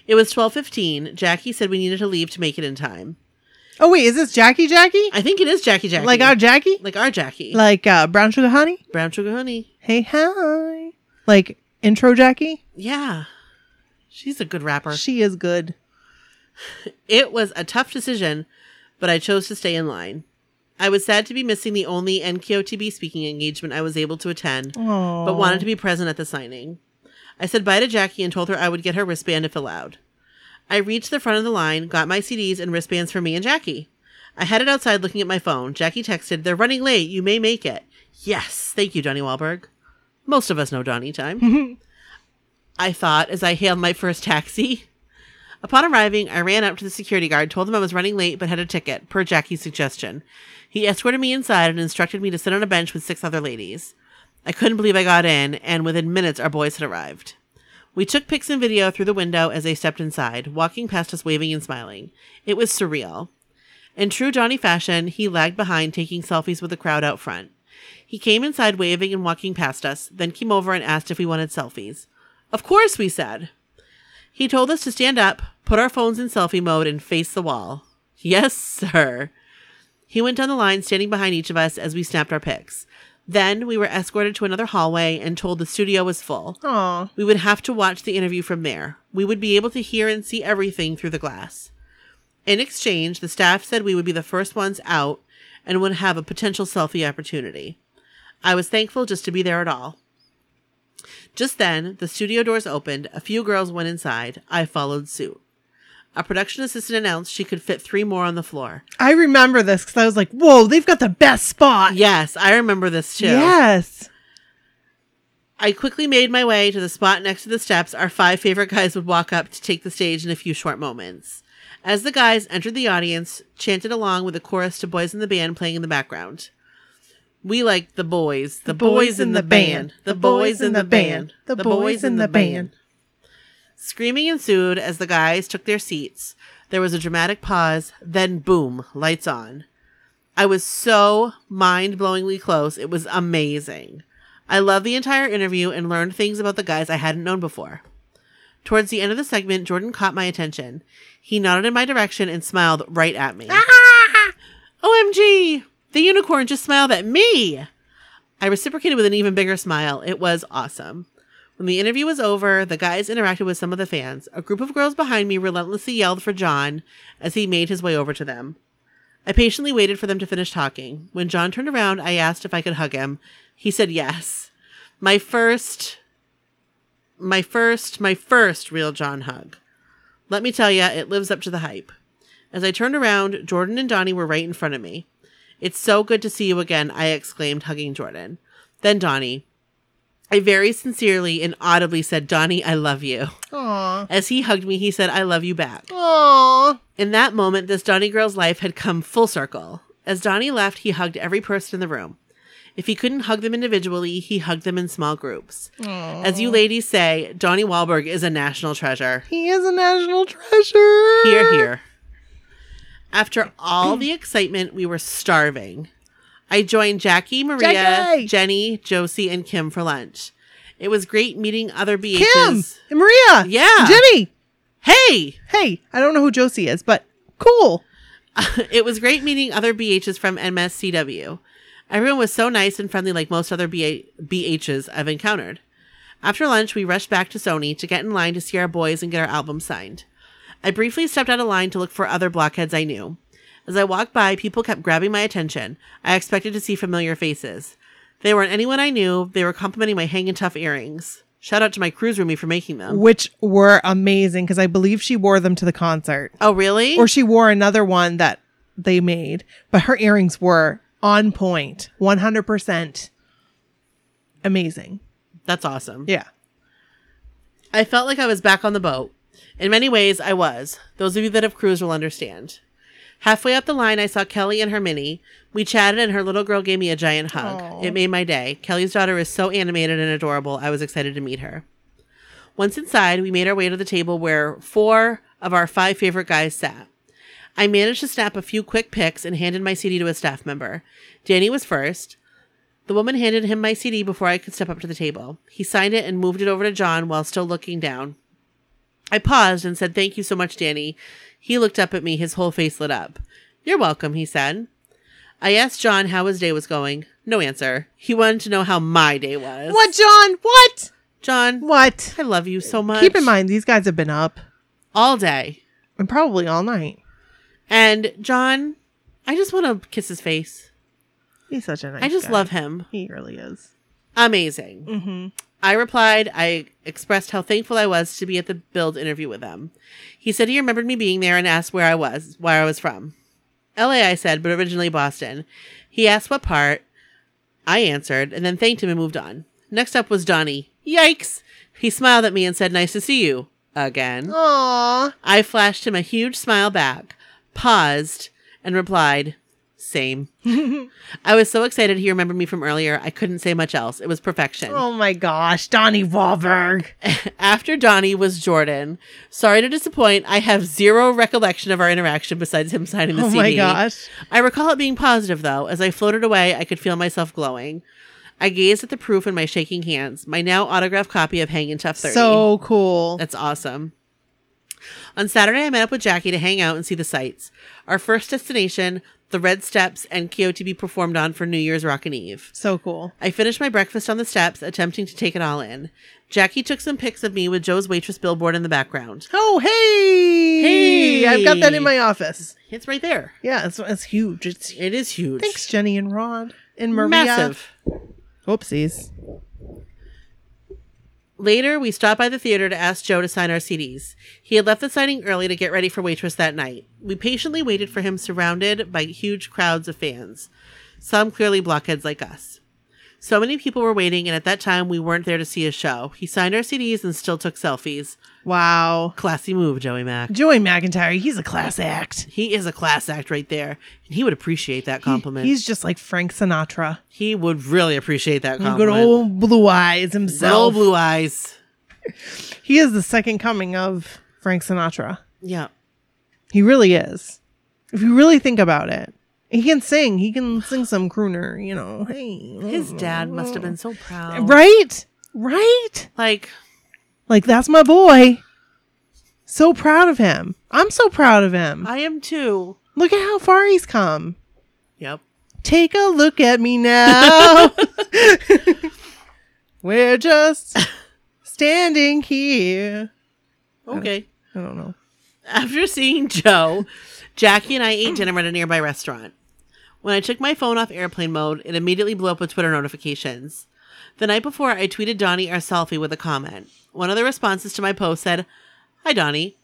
S3: It was 12:15. Jackie said we needed to leave to make it in time.
S2: Oh wait, is this Jackie? Jackie?
S3: I think it is Jackie Jackie.
S2: Like our Jackie?
S3: like our Jackie.
S2: Like uh, brown sugar honey?
S3: Brown sugar honey.
S2: Hey hi. Like intro Jackie?
S3: Yeah. She's a good rapper.
S2: She is good.
S3: It was a tough decision, but I chose to stay in line. I was sad to be missing the only NKOTB speaking engagement I was able to attend,
S2: Oh,
S3: but wanted to be present at the signing. I said bye to Jackie and told her I would get her wristband if allowed. I reached the front of the line, got my CDs and wristbands for me and Jackie. I headed outside looking at my phone. Jackie texted, They're running late. You may make it. Yes. Thank you, Donnie Wahlberg. Most of us know Donnie time. I thought as I hailed my first taxi. Upon arriving, I ran up to the security guard, told him I was running late but had a ticket, per Jackie's suggestion. He escorted me inside and instructed me to sit on a bench with six other ladies. I couldn't believe I got in, and within minutes, our boys had arrived. We took pics and video through the window as they stepped inside, walking past us waving and smiling. It was surreal. In true Johnny fashion, he lagged behind, taking selfies with the crowd out front. He came inside waving and walking past us, then came over and asked if we wanted selfies. Of course, we said. He told us to stand up, put our phones in selfie mode, and face the wall. Yes, sir. He went down the line, standing behind each of us as we snapped our pics. Then we were escorted to another hallway and told the studio was full.
S2: Aw.
S3: We would have to watch the interview from there. We would be able to hear and see everything through the glass. In exchange, the staff said we would be the first ones out and would have a potential selfie opportunity. I was thankful just to be there at all. Just then, the studio doors opened, a few girls went inside. I followed suit. A production assistant announced she could fit three more on the floor.
S2: I remember this because I was like, "Whoa, they've got the best spot."
S3: Yes, I remember this too.
S2: Yes.
S3: I quickly made my way to the spot next to the steps our five favorite guys would walk up to take the stage in a few short moments. As the guys entered the audience, chanted along with a chorus to boys in the band playing in the background. We like the boys, the, boys, in the, band, the boys in the band, the boys in the band. Screaming ensued as the guys took their seats. There was a dramatic pause, then boom, lights on. I was so mind blowingly close. It was amazing. I loved the entire interview and learned things about the guys I hadn't known before. Towards the end of the segment, Jordan caught my attention. He nodded in my direction and smiled right at me. OMG! The unicorn just smiled at me! I reciprocated with an even bigger smile. It was awesome. When the interview was over, the guys interacted with some of the fans. A group of girls behind me relentlessly yelled for John as he made his way over to them. I patiently waited for them to finish talking. When John turned around, I asked if I could hug him. He said yes. My first, my first, my first real John hug. Let me tell ya, it lives up to the hype. As I turned around, Jordan and Donnie were right in front of me. It's so good to see you again, I exclaimed, hugging Jordan. Then Donnie. I very sincerely and audibly said, Donnie, I love you.
S2: Aw.
S3: As he hugged me, he said, I love you back.
S2: Aw.
S3: In that moment, this Donnie girl's life had come full circle. As Donnie left, he hugged every person in the room. If he couldn't hug them individually, he hugged them in small groups. As you ladies say, Donnie Wahlberg is a national treasure.
S2: He is a national treasure.
S3: Here, here. After all the excitement, we were starving. I joined Jackie, Maria,
S2: Jackie!
S3: Jenny, Josie, and Kim for lunch. It was great meeting other BHs.
S2: Kim and Maria.
S3: Yeah.
S2: Jenny.
S3: Hey!
S2: Hey, I don't know who Josie is, but cool.
S3: it was great meeting other BHs from MSCW. Everyone was so nice and friendly, like most other BA- BHs I've encountered. After lunch, we rushed back to Sony to get in line to see our boys and get our album signed. I briefly stepped out of line to look for other blockheads I knew. As I walked by, people kept grabbing my attention. I expected to see familiar faces. They weren't anyone I knew. They were complimenting my hanging tough earrings. Shout out to my cruise roomie for making them.
S2: Which were amazing because I believe she wore them to the concert.
S3: Oh, really?
S2: Or she wore another one that they made, but her earrings were on point, 100%. Amazing.
S3: That's awesome.
S2: Yeah.
S3: I felt like I was back on the boat. In many ways, I was. Those of you that have cruised will understand. Halfway up the line, I saw Kelly and her mini. We chatted, and her little girl gave me a giant hug. It made my day. Kelly's daughter is so animated and adorable. I was excited to meet her. Once inside, we made our way to the table where four of our five favorite guys sat. I managed to snap a few quick pics and handed my CD to a staff member. Danny was first. The woman handed him my CD before I could step up to the table. He signed it and moved it over to John while still looking down. I paused and said, Thank you so much, Danny. He looked up at me, his whole face lit up. You're welcome, he said. I asked John how his day was going. No answer. He wanted to know how my day was.
S2: What, John? What?
S3: John,
S2: What?
S3: I love you so much.
S2: Keep in mind, these guys have been up
S3: All day.
S2: and probably all night.
S3: And John, I just want to kiss his face.
S2: He's such a nice
S3: I just
S2: guy.
S3: love him.
S2: He really is.
S3: Amazing.
S2: Mm-hmm.
S3: I replied, I expressed how thankful I was to be at the build interview with them. He said he remembered me being there and asked where I was, where I was from. LA, I said, but originally Boston. He asked what part. I answered and then thanked him and moved on. Next up was Donnie. Yikes! He smiled at me and said, Nice to see you. Again.
S2: Aww.
S3: I flashed him a huge smile back, paused, and replied, Same. I was so excited he remembered me from earlier. I couldn't say much else. It was perfection.
S2: Oh my gosh, Donnie Wahlberg.
S3: After Donnie was Jordan. Sorry to disappoint. I have zero recollection of our interaction besides him signing the
S2: Oh
S3: CD.
S2: my gosh.
S3: I recall it being positive, though. As I floated away, I could feel myself glowing. I gazed at the proof in my shaking hands, my now autographed copy of Hangin' Tough 30.
S2: So cool.
S3: That's awesome. On Saturday, I met up with Jackie to hang out and see the sights. Our first destination, the Red Steps and KOTB performed on for New Year's Rockin' Eve.
S2: So cool.
S3: I finished my breakfast on the steps, attempting to take it all in. Jackie took some pics of me with Joe's waitress billboard in the background.
S2: Oh hey,
S3: Hey!
S2: I've got that in my office.
S3: It's right there.
S2: Yeah, it's, it's huge. It's huge.
S3: It is huge.
S2: Thanks, Jenny and Rod and Maria.
S3: Massive.
S2: Whoopsies.
S3: Later, we stopped by the theater to ask Joe to sign our CDs. He had left the signing early to get ready for Waitress that night. We patiently waited for him, surrounded by huge crowds of fans, some clearly blockheads like us. So many people were waiting, and at that time, we weren't there to see his show. He signed our CDs and still took selfies.
S2: Wow.
S3: Classy move, Joey Mack.
S2: Joey McIntyre, he's a class act.
S3: He is a class act right there, and he would appreciate that compliment.
S2: He's just like Frank Sinatra.
S3: he would really appreciate that
S2: Good
S3: compliment.
S2: old blue eyes
S3: Good old
S2: himself.
S3: blue eyes.
S2: He is the second coming of Frank Sinatra.
S3: Yeah.
S2: He really is. If you really think about it, he can sing. He can sing some crooner, you know. Hey. Oh.
S3: His dad must have been so proud.
S2: Right? Right?
S3: Like,
S2: Like, that's my boy. So proud of him. I'm so proud of him.
S3: I am too.
S2: Look at how far he's come.
S3: Yep.
S2: Take a look at me now. We're just standing here.
S3: Okay.
S2: I don't know.
S3: After seeing Joe, Jackie and I ate dinner at a nearby restaurant. When I took my phone off airplane mode, it immediately blew up with Twitter notifications. The night before, I tweeted Donnie our selfie with a comment. One of the responses to my post said, Hi, Donnie.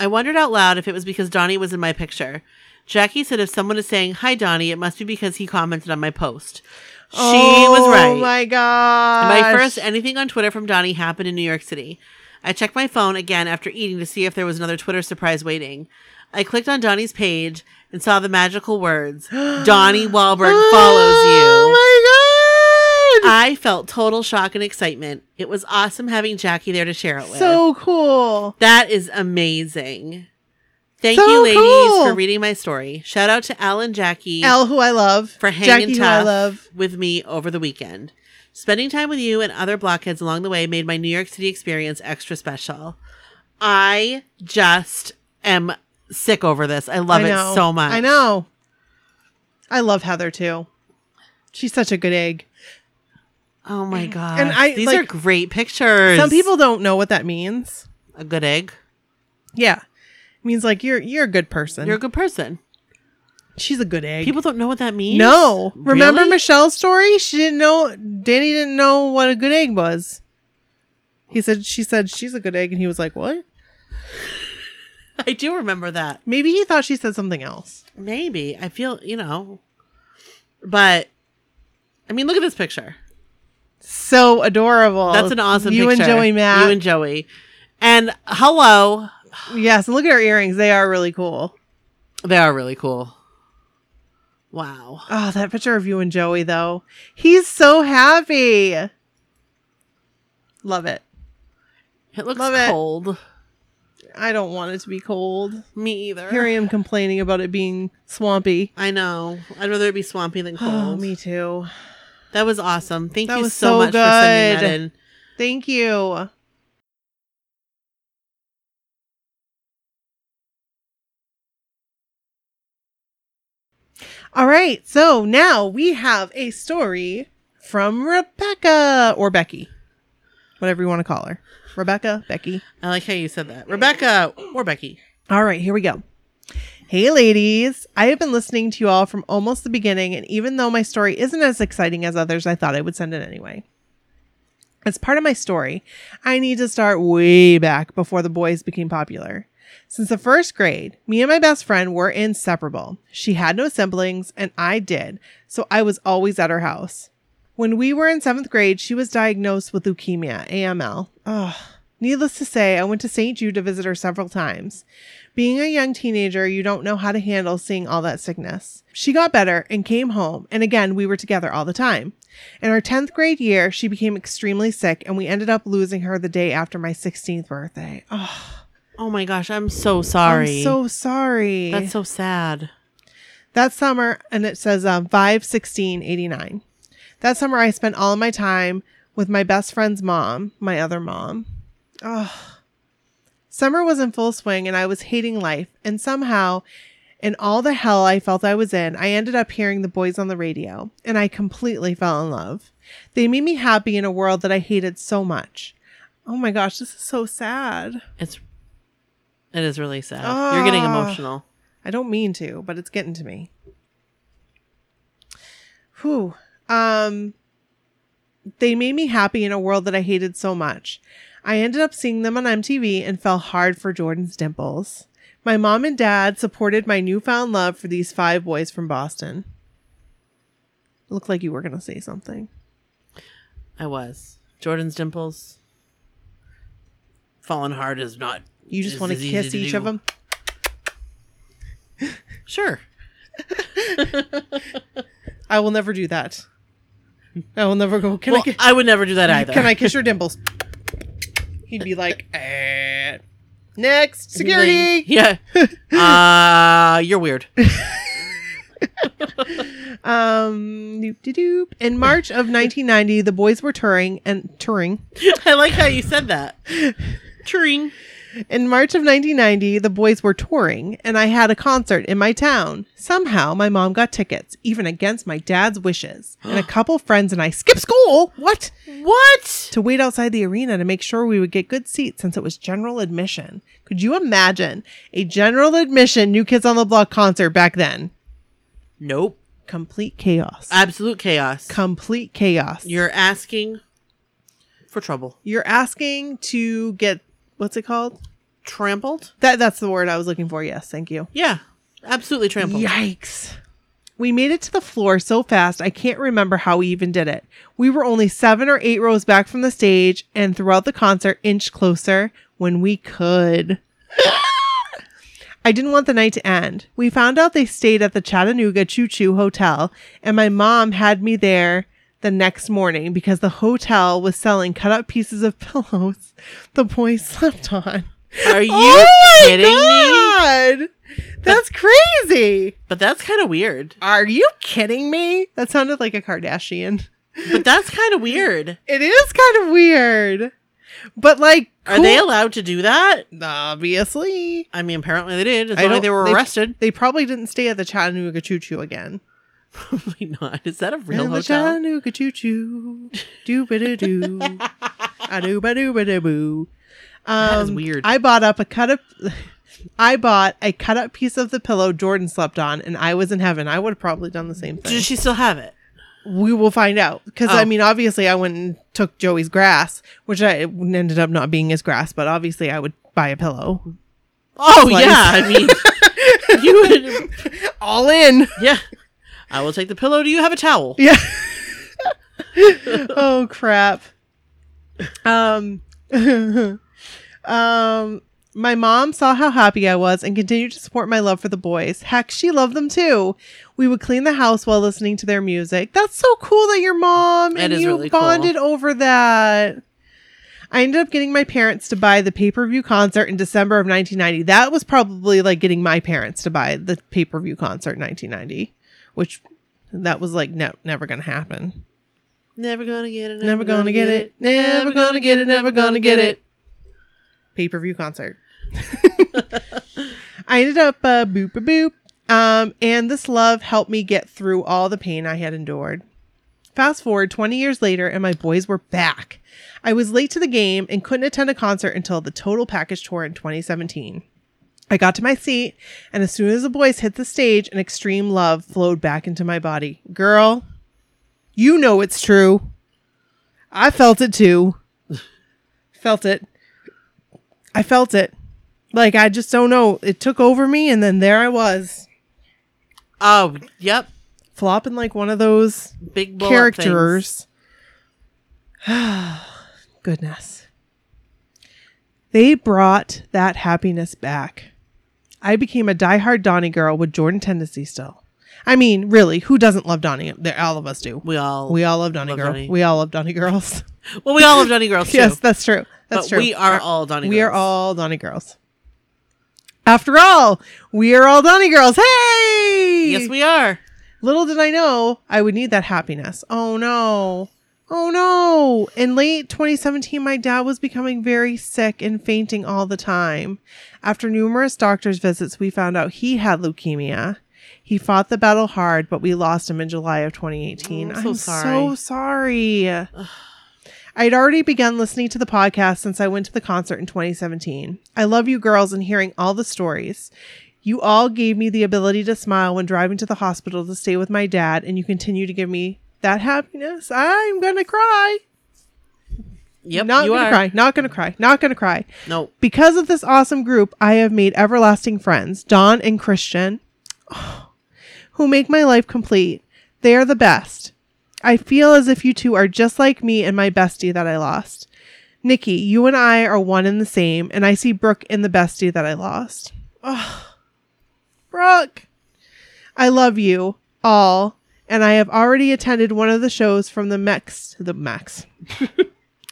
S3: I wondered out loud if it was because Donnie was in my picture. Jackie said if someone is saying, Hi, Donnie, it must be because he commented on my post. She was right.
S2: Oh my god.
S3: My first anything on Twitter from Donnie happened in New York City. I checked my phone again after eating to see if there was another Twitter surprise waiting. I clicked on Donnie's page and saw the magical words Donnie Wahlberg follows you.
S2: Oh my god.
S3: I felt total shock and excitement. It was awesome having Jackie there to share it with.
S2: So cool.
S3: that is amazing. Thank
S2: So
S3: you, ladies,
S2: cool.
S3: for reading my story. Shout out to Al and Jackie
S2: Al, who I love.
S3: for hanging
S2: Jackie, who I
S3: tough
S2: love.
S3: with me over the weekend. Spending time with you and other blockheads along the way made my New York City experience extra special. I just am sick over this. I love
S2: I
S3: it
S2: know.
S3: so much.
S2: I know. I love Heather too. She's such a good egg.
S3: Oh my god!
S2: And I,
S3: these
S2: like-
S3: are great pictures.
S2: Some people don't know what that means.
S3: a good egg.
S2: Yeah. It means like you're you're a good person.
S3: You're a good person.
S2: She's a good egg.
S3: People don't know what that means.
S2: no. Remember
S3: Really?
S2: Michelle's story? She didn't know Danny didn't know what a good egg was. He said she said she's a good egg and he was like, "What?"
S3: I do remember that.
S2: Maybe he thought she said something else.
S3: Maybe I feel you know, but I mean, look at this picture.
S2: So adorable.
S3: That's an awesome
S2: you
S3: picture.
S2: and Joey Matt.
S3: You and Joey. And hello.
S2: yes, and look at her earrings. They are really cool.
S3: They are really cool. Wow.
S2: Oh, that picture of you and Joey though. He's so happy. Love it.
S3: It looks
S2: Love it.
S3: cold.
S2: I don't want it to be cold.
S3: Me either.
S2: Here I am complaining about it being swampy.
S3: I know. I'd rather it be swampy than cold.
S2: Oh, me too.
S3: That was awesome. Thank
S2: That
S3: you
S2: was
S3: so,
S2: so
S3: much for sending that
S2: good.
S3: in.
S2: Thank you. All right, so now we have a story from Rebecca or Becky, whatever you want to call her. Rebecca, Becky.
S3: I like how you said that. Rebecca or Becky.
S2: All right, here we go. Hey, ladies. I have been listening to you all from almost the beginning, and even though my story isn't as exciting as others, I thought I would send it anyway. As part of my story, I need to start way back before the boys became popular. Since the first grade, me and my best friend were inseparable. She had no siblings, and I did, so I was always at her house. When we were in seventh grade, she was diagnosed with leukemia, AML. Ugh. Needless to say, I went to St. Jude to visit her several times. Being a young teenager, you don't know how to handle seeing all that sickness. She got better and came home, and again, we were together all the time. In our 10th grade year, she became extremely sick, and we ended up losing her the day after my 16th birthday. Oh,
S3: Oh my gosh, I'm so sorry.
S2: I'm so sorry.
S3: That's so sad.
S2: that summer and it says um 5 16 89 that summer i spent all my time with my best friend's mom my other mom Ugh. summer was in full swing and i was hating life and somehow in all the hell i felt i was in i ended up hearing the boys on the radio and i completely fell in love they made me happy in a world that i hated so much oh my gosh this is so sad
S3: It's it is really sad. You're getting
S2: Ah.
S3: emotional.
S2: I don't mean to, but it's getting to me. Whew. Um, they made me happy in a world that I hated so much. I ended up seeing them on MTV and fell hard for Jordan's dimples. My mom and dad supported my newfound love for these five boys from Boston. Looked like you were going to say something.
S3: I was. Jordan's dimples. Falling hard is not
S2: You just
S3: is
S2: want to
S3: as easy
S2: kiss
S3: to
S2: each
S3: do.
S2: of them?
S3: Sure.
S2: I will never do that. I will never go, can
S3: well,
S2: I get.
S3: I would never do that either.
S2: Can I kiss your dimples? He'd be like, eh. next
S3: He'd be like,
S2: security.
S3: yeah. uh you're weird.
S2: Um, doop de doop. In March of 1990, the boys were touring and touring.
S3: I like how you said that. Turing.
S2: In March of 1990, the boys were touring, and I had a concert in my town. Somehow, my mom got tickets, even against my dad's wishes, and a couple friends and I skipped school. What?
S3: What?
S2: to wait outside the arena to make sure we would get good seats since it was general admission. Could you imagine a general admission New Kids on the Block concert back then?
S3: Nope.
S2: Complete chaos.
S3: Absolute chaos.
S2: Complete chaos.
S3: You're asking for trouble.
S2: You're asking to get what's it called?
S3: Trampled?
S2: That that's the word I was looking for. Yes, thank you.
S3: Yeah. Absolutely trampled.
S2: Yikes. We made it to the floor so fast, I can't remember how we even did it. We were only seven or eight rows back from the stage, and throughout the concert, inched closer when we could. I didn't want the night to end. We found out they stayed at the Chattanooga Choo Choo Hotel, and my mom had me there the next morning because the hotel was selling cut up pieces of pillows the boys slept on.
S3: Are you kidding me?
S2: Oh God! That's crazy!
S3: But that's kind of weird.
S2: Are you kidding me? That sounded like a Kardashian.
S3: But that's kind of weird.
S2: It is kind of weird, but like,
S3: Are they
S2: cool.
S3: allowed to do that?
S2: Obviously,
S3: I mean, apparently they did. As
S2: I
S3: long as
S2: don't-
S3: they were
S2: they-
S3: arrested.
S2: They probably didn't stay at the Chattanooga Choo Choo again.
S3: Probably not. Is that a real
S2: And the
S3: hotel?
S2: Chattanooga Choo Choo, doo ba doo doo, a doo ba doo ba doo boo.
S3: That is
S2: Um,
S3: weird.
S2: I bought up a cut up. I bought a cut up piece of the pillow Jordan slept on, and I was in heaven. I would have probably done the same thing.
S3: Does she still have it?
S2: we will find out because
S3: Oh.
S2: i mean obviously i went and took joey's grass which i it ended up not being his grass but obviously i would buy a pillow
S3: Oh
S2: Slice.
S3: yeah, I mean, you would.
S2: all in
S3: Yeah, I will take the pillow. Do you have a towel?
S2: yeah oh crap um um my mom saw how happy I was and continued to support my love for the boys. Heck, she loved them too. We would clean the house while listening to their music. That's so cool that your mom
S3: That
S2: and
S3: is
S2: you
S3: really cool.
S2: bonded over that. I ended up getting my parents to buy the pay per view concert in December of 1990. That was probably like getting my parents to buy the pay per view concert in 1990, which that was like ne- never going to happen.
S3: Never gonna get it.
S2: Never gonna get it. Never gonna get it. Never gonna get it. Pay per view concert. I ended up uh, boop a boop. Um, and this love helped me get through all the pain I had endured. Fast forward 20 years later, and my boys were back. I was late to the game and couldn't attend a concert until the total package tour in 2017. I got to my seat, and as soon as the boys hit the stage, an extreme love flowed back into my body. Girl, you know it's true. I felt it too. felt it. I felt it. Like, I just don't know. It took over me, and then there I was,
S3: Oh, yep.
S2: flopping like one of those
S3: Big bull
S2: characters. Goodness. They brought that happiness back. I became a diehard Donnie girl with Jordan Tennessee still. I mean, really, who doesn't love Donnie? They're- All of us do.
S3: We all
S2: We all love Donnie
S3: Love
S2: girl.
S3: Donnie.
S2: We all love Donnie girls.
S3: well, we all love Donny Girls too.
S2: yes, that's true. That's
S3: but
S2: true.
S3: we are all Donny.
S2: we are
S3: Girls.
S2: all Donnie girls. After all, we are all Donnie girls. Hey!
S3: Yes, we are.
S2: Little did I know I would need that happiness. Oh no. Oh no. In late 2017, my dad was becoming very sick and fainting all the time. After numerous doctor's visits, we found out he had leukemia. He fought the battle hard, but we lost him in July of 2018.
S3: Oh,
S2: I'm
S3: I'm
S2: so
S3: so
S2: sorry. I'd already begun listening to the podcast since I went to the concert in 2017. I love you girls and hearing all the stories. You all gave me the ability to smile when driving to the hospital to stay with my dad, and you continue to give me that happiness. I'm gonna cry.
S3: Yep,
S2: not
S3: you
S2: gonna
S3: are.
S2: cry. Not gonna cry. Not gonna cry.
S3: No,
S2: Because of this awesome group, I have made everlasting friends, Don and Christian, who make my life complete. They are the best. I feel as if you two are just like me and my bestie that I lost. Nikki, you and I are one and the same, and I see Brooke in the bestie that I lost. Oh, Brooke, I love you all, and I have already attended one of the shows from the Mex, the Mex,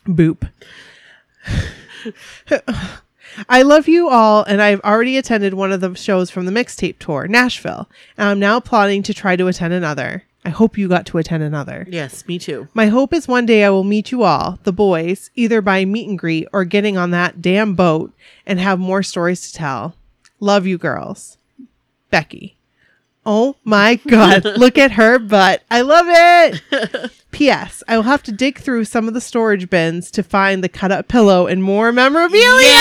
S2: boop. I love you all, and I've already attended one of the shows from the mixtape tour, Nashville, and I'm now plotting to try to attend another. I hope you got to attend another.
S3: yes, me too.
S2: My hope is one day I will meet you all, the boys, either by meet and greet or getting on that damn boat and have more stories to tell. Love you girls. Becky. Oh my God. Look at her butt. I love it. P.S. I will have to dig through some of the storage bins to find the cut up pillow and more memorabilia.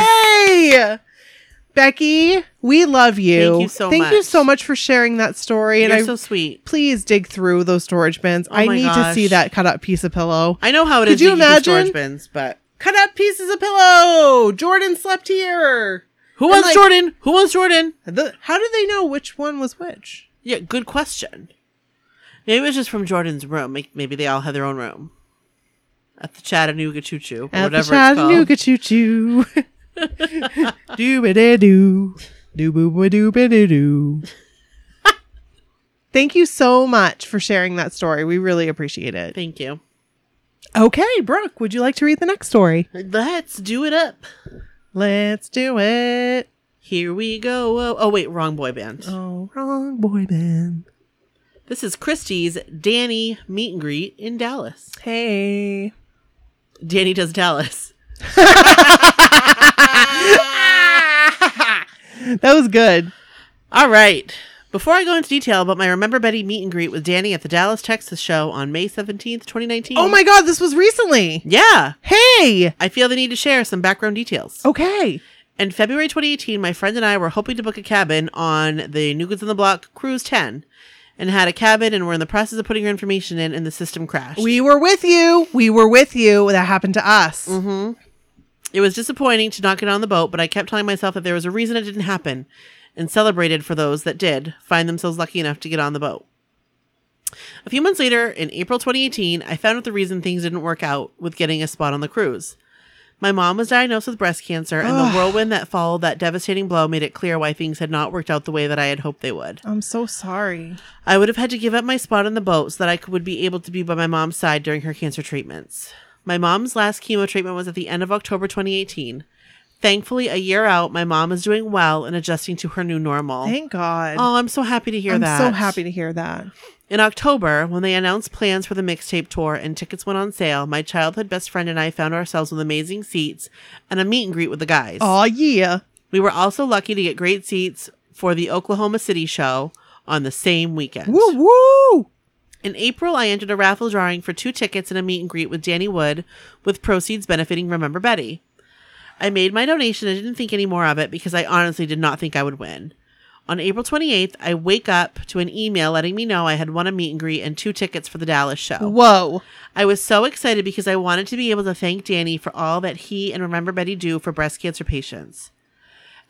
S2: Yay! Becky, we love you.
S3: Thank you so
S2: Thank you
S3: much.
S2: so much for sharing that story.
S3: You're
S2: and I
S3: so sweet.
S2: please dig through those storage bins. I
S3: my
S2: need to
S3: gosh.
S2: see that cut up piece of pillow.
S3: I know how it
S2: Could
S3: is.
S2: you
S3: that do storage
S2: imagine?
S3: bins? But
S2: Cut up pieces of pillow. Jordan slept here.
S3: who
S2: And,
S3: wants
S2: like-
S3: Jordan? Who wants Jordan?
S2: The- how do they know which one was which?
S3: Yeah, good question. Maybe it's just from Jordan's room. Like, Maybe they all had their own room at the Chattanooga Choo Choo or
S2: At
S3: whatever
S2: the
S3: it's called.
S2: Chattanooga choo choo. Doobity doo. Doobity doobity doo. Thank you so much for sharing that story. We really appreciate it.
S3: Thank you.
S2: Okay, Brooke, would you like to read the next story?
S3: Let's do it up.
S2: Let's do it.
S3: Here we go. Oh, oh, wait, wrong boy band.
S2: Oh, wrong boy band.
S3: This is Christie's Danny meet and greet in Dallas.
S2: Hey.
S3: Danny does Dallas.
S2: That was good.
S3: All right. Before I go into detail about my Remember Betty meet and greet with Danny at the Dallas, Texas show on May 17th, 2019.
S2: Oh my god, this was recently.
S3: Yeah.
S2: Hey.
S3: I feel the need to share some background details.
S2: Okay.
S3: In February 2018, my friend and I were hoping to book a cabin on the New Goods on the Block Cruise 10 and had a cabin and were in the process of putting our information in and the system crashed.
S2: We were with you. We were with you. That happened to us.
S3: It was disappointing to not get on the boat, but I kept telling myself that there was a reason it didn't happen and celebrated for those that did find themselves lucky enough to get on the boat. A few months later, in April 2018, I found out the reason things didn't work out with getting a spot on the cruise. My mom was diagnosed with breast cancer, and the whirlwind that followed that devastating blow made it clear why things had not worked out the way that I had hoped they would.
S2: I'm so sorry.
S3: I would have had to give up my spot on the boat so that I could, would be able to be by my mom's side during her cancer treatments. My mom's last chemo treatment was at the end of October 2018. Thankfully, a year out, my mom is doing well and adjusting to her new normal.
S2: Thank God.
S3: oh, I'm so happy to hear
S2: I'm
S3: that.
S2: so happy to hear that.
S3: In October, when they announced plans for the mixtape tour and tickets went on sale, my childhood best friend and I found ourselves with amazing seats and a meet and greet with the guys.
S2: Oh yeah.
S3: We were also lucky to get great seats for the Oklahoma City show on the same weekend.
S2: Woo woo.
S3: In April, I entered a raffle drawing for two tickets and a meet and greet with Danny Wood, with proceeds benefiting Remember Betty. I made my donation and didn't think any more of it because I honestly did not think I would win. On April 28th, I wake up to an email letting me know I had won a meet and greet and two tickets for the Dallas show.
S2: Whoa.
S3: I was so excited because I wanted to be able to thank Danny for all that he and Remember Betty do for breast cancer patients.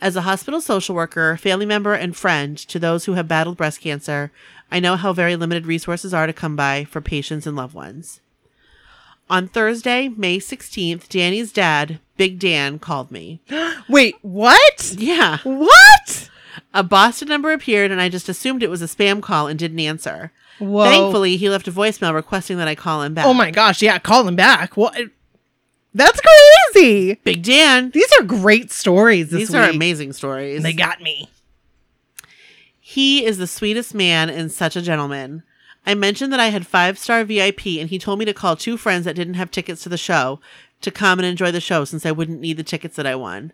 S3: As a hospital social worker, family member, and friend to those who have battled breast cancer, I know how very limited resources are to come by for patients and loved ones. On Thursday, May 16th, Danny's dad, Big Dan, called me.
S2: Wait, what?
S3: Yeah.
S2: What?
S3: A Boston number appeared, and I just assumed it was a spam call and didn't answer.
S2: Whoa.
S3: Thankfully, he left a voicemail requesting that I call him back.
S2: Oh my gosh, yeah, call them back. What? That's crazy.
S3: Big Dan.
S2: These are great stories this
S3: These are
S2: week.
S3: amazing stories.
S2: They got me.
S3: He is the sweetest man and such a gentleman. I mentioned that I had five star VIP, and he told me to call two friends that didn't have tickets to the show to come and enjoy the show since I wouldn't need the tickets that I won.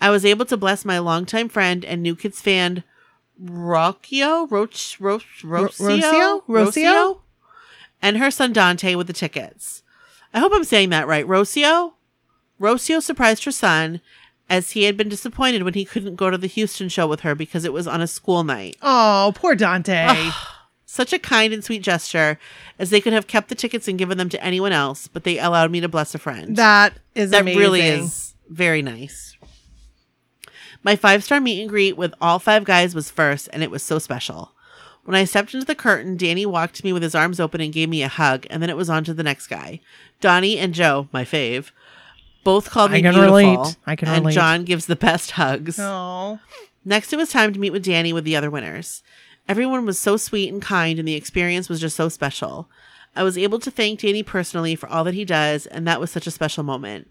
S3: I was able to bless my longtime friend and New Kids fan, Rocchio? Roch, Roch, Rocio?
S2: Rocio? Rocio?
S3: And her son Dante with the tickets. I hope I'm saying that right. Rocio? Rocio surprised her son as he had been disappointed when he couldn't go to the Houston show with her because it was on a school night.
S2: Oh, poor Dante.
S3: Such a kind and sweet gesture, as they could have kept the tickets and given them to anyone else, but they allowed me to bless a friend.
S2: that is
S3: That
S2: amazing.
S3: really is very nice. My five star meet and greet with all five guys was first, and it was so special. When I stepped into the curtain, Danny walked to me with his arms open and gave me a hug, and then it was on to the next guy. Donnie and Joe, my fave, both called
S2: I
S3: me
S2: can
S3: beautiful.
S2: relate. I can
S3: and
S2: relate.
S3: John gives the best hugs.
S2: Oh.
S3: Next, it was time to meet with Danny with the other winners. Everyone was so sweet and kind, and the experience was just so special. I was able to thank Danny personally for all that he does, and that was such a special moment.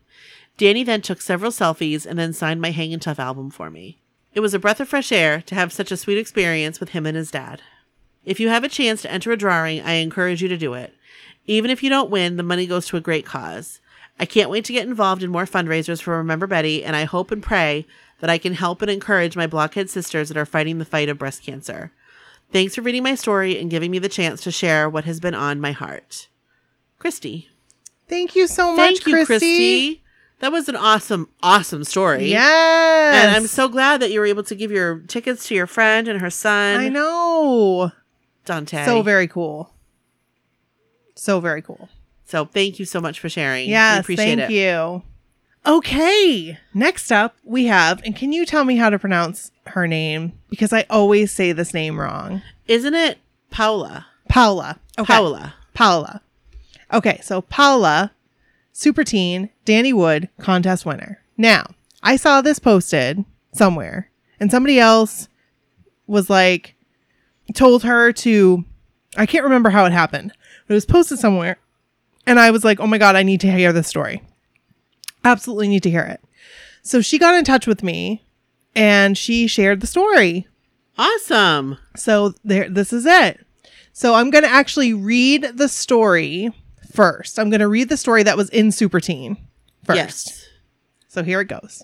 S3: Danny then took several selfies and then signed my Hangin' Tough album for me. It was a breath of fresh air to have such a sweet experience with him and his dad. If you have a chance to enter a drawing, I encourage you to do it. Even if you don't win, the money goes to a great cause. I can't wait to get involved in more fundraisers for Remember Betty, and I hope and pray that I can help and encourage my blockhead sisters that are fighting the fight of breast cancer. Thanks for reading my story and giving me the chance to share what has been on my heart. Christy.
S2: Thank you so much,
S3: Thank you,
S2: Christy.
S3: Christy. That was an awesome, awesome story.
S2: Yes.
S3: And I'm so glad that you were able to give your tickets to your friend and her son,
S2: I know.
S3: Dante.
S2: So very cool. So very cool.
S3: So thank you so much for sharing.
S2: Yes,
S3: we appreciate it.
S2: thank you. Okay, next up we have, and can you tell me how to pronounce her name? Because I always say this name wrong.
S3: Isn't it Paula?
S2: Paula. Okay.
S3: Paula.
S2: Paula. Okay, so Paula, super teen, Danny Wood, contest winner. Now, I saw this posted somewhere, and somebody else was like, told her to, I can't remember how it happened, but it was posted somewhere. And I was like, oh my God, I need to hear this story. Absolutely need to hear it. So she got in touch with me and she shared the story
S3: Awesome.
S2: so there this is it. So I'm going to actually read the story first. I'm going to read the story that was in Super Teen first.
S3: Yes.
S2: So here it goes.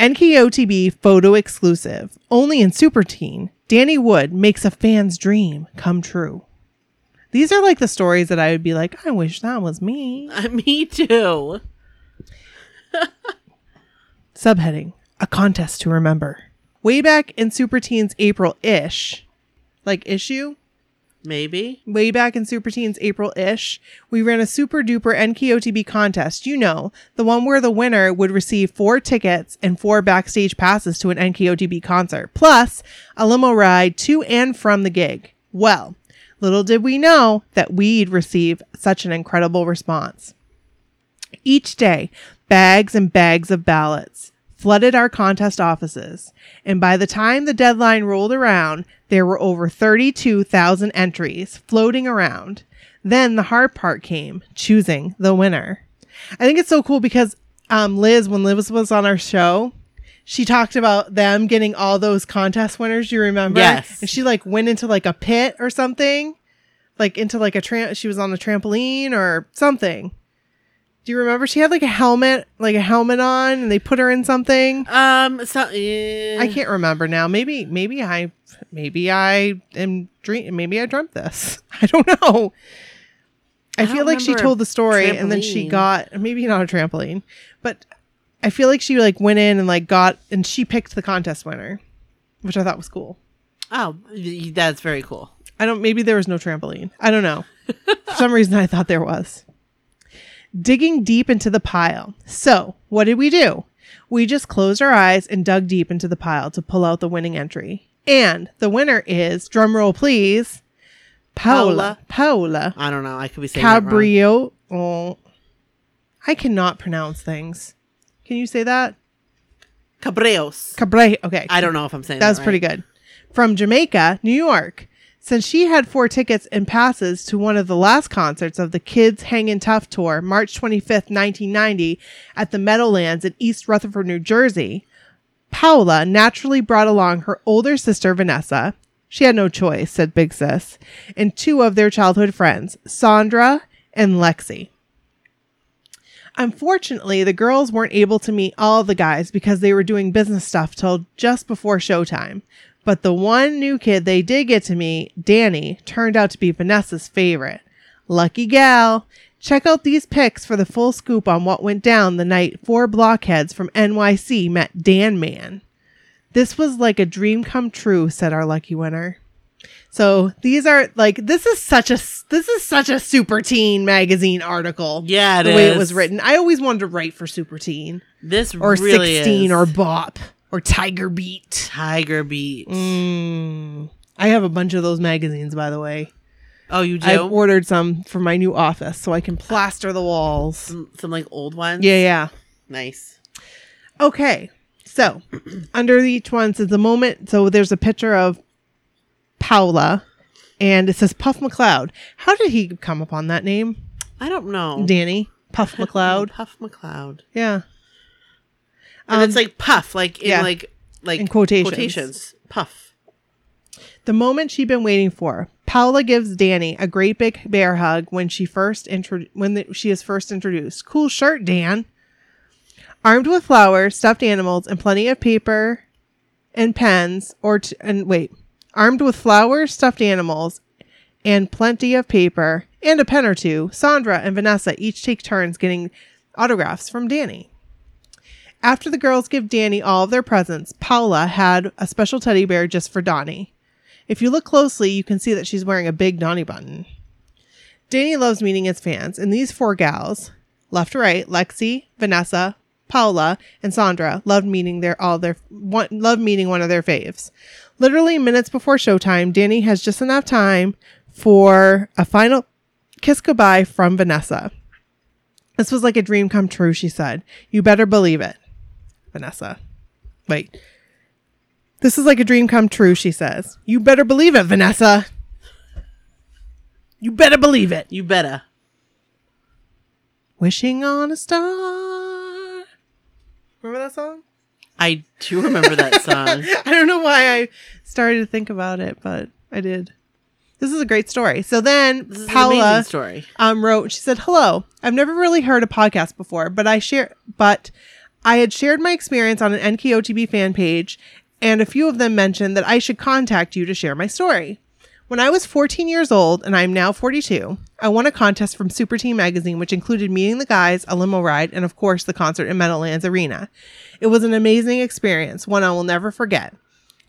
S2: NKOTB photo exclusive. Only in Super Teen, Danny Wood makes a fan's dream come true. These are like the stories that I would be like, I wish that was me.
S3: Me too.
S2: Subheading A Contest to Remember. Way back in Super Teen's April ish, like issue,
S3: Maybe.
S2: way back in Super Teens April ish, we ran a super duper NKOTB contest. You know, the one where the winner would receive four tickets and four backstage passes to an NKOTB concert, plus a limo ride to and from the gig. Well, little did we know that we'd receive such an incredible response. Each day, bags and bags of ballots flooded our contest offices, and by the time the deadline rolled around, there were over 32,000 entries floating around. Then the hard part came choosing the winner. I think it's so cool because um, Liz, when Liz was on our show, she talked about them getting all those contest winners. You remember?
S3: Yes.
S2: And she like went into like a pit or something, like into like a tram. She was on a trampoline or something. Do you remember she had like a helmet, like a helmet on, and they put her in something?
S3: Um. So eh.
S2: I can't remember now. Maybe, maybe I, maybe I am dream. Maybe I dreamt this. I don't know. I,
S3: I
S2: feel
S3: don't
S2: like she
S3: remember a
S2: told the story and then she
S3: trampoline.
S2: got maybe not a trampoline, but I feel like she like went in and like got and she picked the contest winner, which I thought was cool.
S3: Oh, y- that's very cool.
S2: I don't. Maybe there was no trampoline. I don't know. For some reason, I thought there was. Digging deep into the pile. So, what did we do? We just closed our eyes and dug deep into the pile to pull out the winning entry. And the winner is drumroll, please. Paola. Paola.
S3: I don't know. I could be saying that wrong.
S2: Cabrio. Oh, I cannot pronounce things. Can you say that?
S3: Cabreos.
S2: Cabre. Okay.
S3: I don't know if I'm saying
S2: That
S3: that.
S2: was pretty good. From Jamaica, New York. Since she had four tickets and passes to one of the last concerts of the Kids Hangin' Tough Tour, March 25th, 1990, at the Meadowlands in East Rutherford, New Jersey, Paola naturally brought along her older sister, Vanessa. She had no choice, said Big Sis, and two of their childhood friends, Sandra and Lexi. Unfortunately, the girls weren't able to meet all of the guys because they were doing business stuff till just before showtime. But the one new kid they did get to meet, Danny, turned out to be Vanessa's favorite. Lucky gal. Check out these pics for the full scoop on what went down the night four blockheads from NYC met Dan Man. This was like a dream come true, said our lucky winner. So these are like this is such a this is such a super teen magazine article
S3: Yeah, it
S2: the way it
S3: is.
S2: was written. I always wanted to write for Super Teen
S3: This
S2: or
S3: really
S2: 16
S3: is.
S2: or Bop or Tiger Beat.
S3: Tiger Beats.
S2: Mm. I have a bunch of those magazines, by the way.
S3: Oh, you do
S2: I've ordered some for my new office so I can plaster the walls.
S3: some, some like old ones.
S2: Yeah, yeah.
S3: nice.
S2: Okay. So, under each one says the moment. So, there's a picture of Paula and it says Puff McLeod. How did he come upon that name?
S3: I don't know.
S2: Danny. Puff
S3: I don't
S2: McLeod.
S3: know. Puff McLeod.
S2: Yeah.
S3: And
S2: Um,
S3: it's like puff, like in
S2: yeah.
S3: like like
S2: In quotations.
S3: quotations. Puff.
S2: The moment she'd been waiting for. Paula gives Danny a great big bear hug when she first intro- when the- she is first introduced. Cool shirt, Dan. Armed with flowers, stuffed animals, and plenty of paper and pens, or t- and wait, armed with flowers, stuffed animals, and plenty of paper and a pen or two, Sandra and Vanessa each take turns getting autographs from Danny. After the girls give Danny all of their presents, Paula had a special teddy bear just for Donnie. If you look closely, you can see that she's wearing a big Donnie button. Danny loves meeting his fans, and these four gals, left to right, Lexi, Vanessa, Paula, and Sandra, loved meeting their all their one loved meeting one of their faves. Literally minutes before showtime, Danny has just enough time for a final kiss goodbye from Vanessa. This was like a dream come true, she said. You better believe it. Vanessa. Wait. This is like a dream come true, she says. You better believe it, Vanessa. You better believe it.
S3: You better.
S2: Wishing on a star. Remember that song?
S3: I do remember that song.
S2: I don't know why I started to think about it, but I did. This is a great story. So then
S3: This is an
S2: Paula
S3: amazing story.
S2: um, wrote, she said, Hello, I've never really heard a podcast before, but I share, but I had shared my experience on an NKOTB fan page, and a few of them mentioned that I should contact you to share my story. When I was 14 years old, and I am now 42, I won a contest from Super Team Magazine, which included meeting the guys, a limo ride, and of course the concert in Meadowlands Arena. It was an amazing experience, one I will never forget.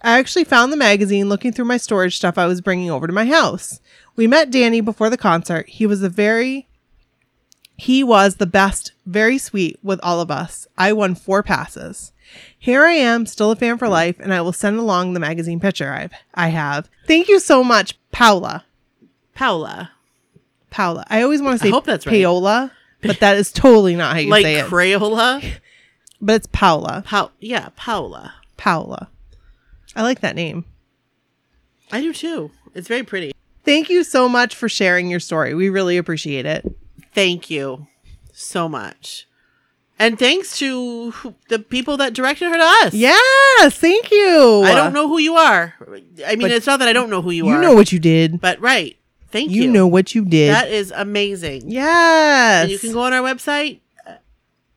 S2: I actually found the magazine looking through my storage stuff I was bringing over to my house. We met Danny before the concert. He was a very he was the best, very sweet with all of us. I won four passes. Here I am, still a fan for life, and I will send along the magazine picture I've I have. Thank you so much, Paula.
S3: Paula.
S2: Paula. I always want to say
S3: hope that's right.
S2: Paola, but that is totally not how you
S3: Like
S2: say it.
S3: Crayola.
S2: But it's Paula.
S3: Pa- yeah, Paula.
S2: Paula. I like that name.
S3: I do too. It's very pretty.
S2: Thank you so much for sharing your story. We really appreciate it.
S3: Thank you so much. And thanks to who- the people that directed her to us.
S2: Yes, thank you.
S3: I don't know who you are. I mean,
S2: But
S3: it's not that I don't know who you,
S2: You
S3: are.
S2: know what you did.
S3: But right. Thank you.
S2: You know what you did.
S3: That is amazing.
S2: yes.
S3: And you can go on our website uh,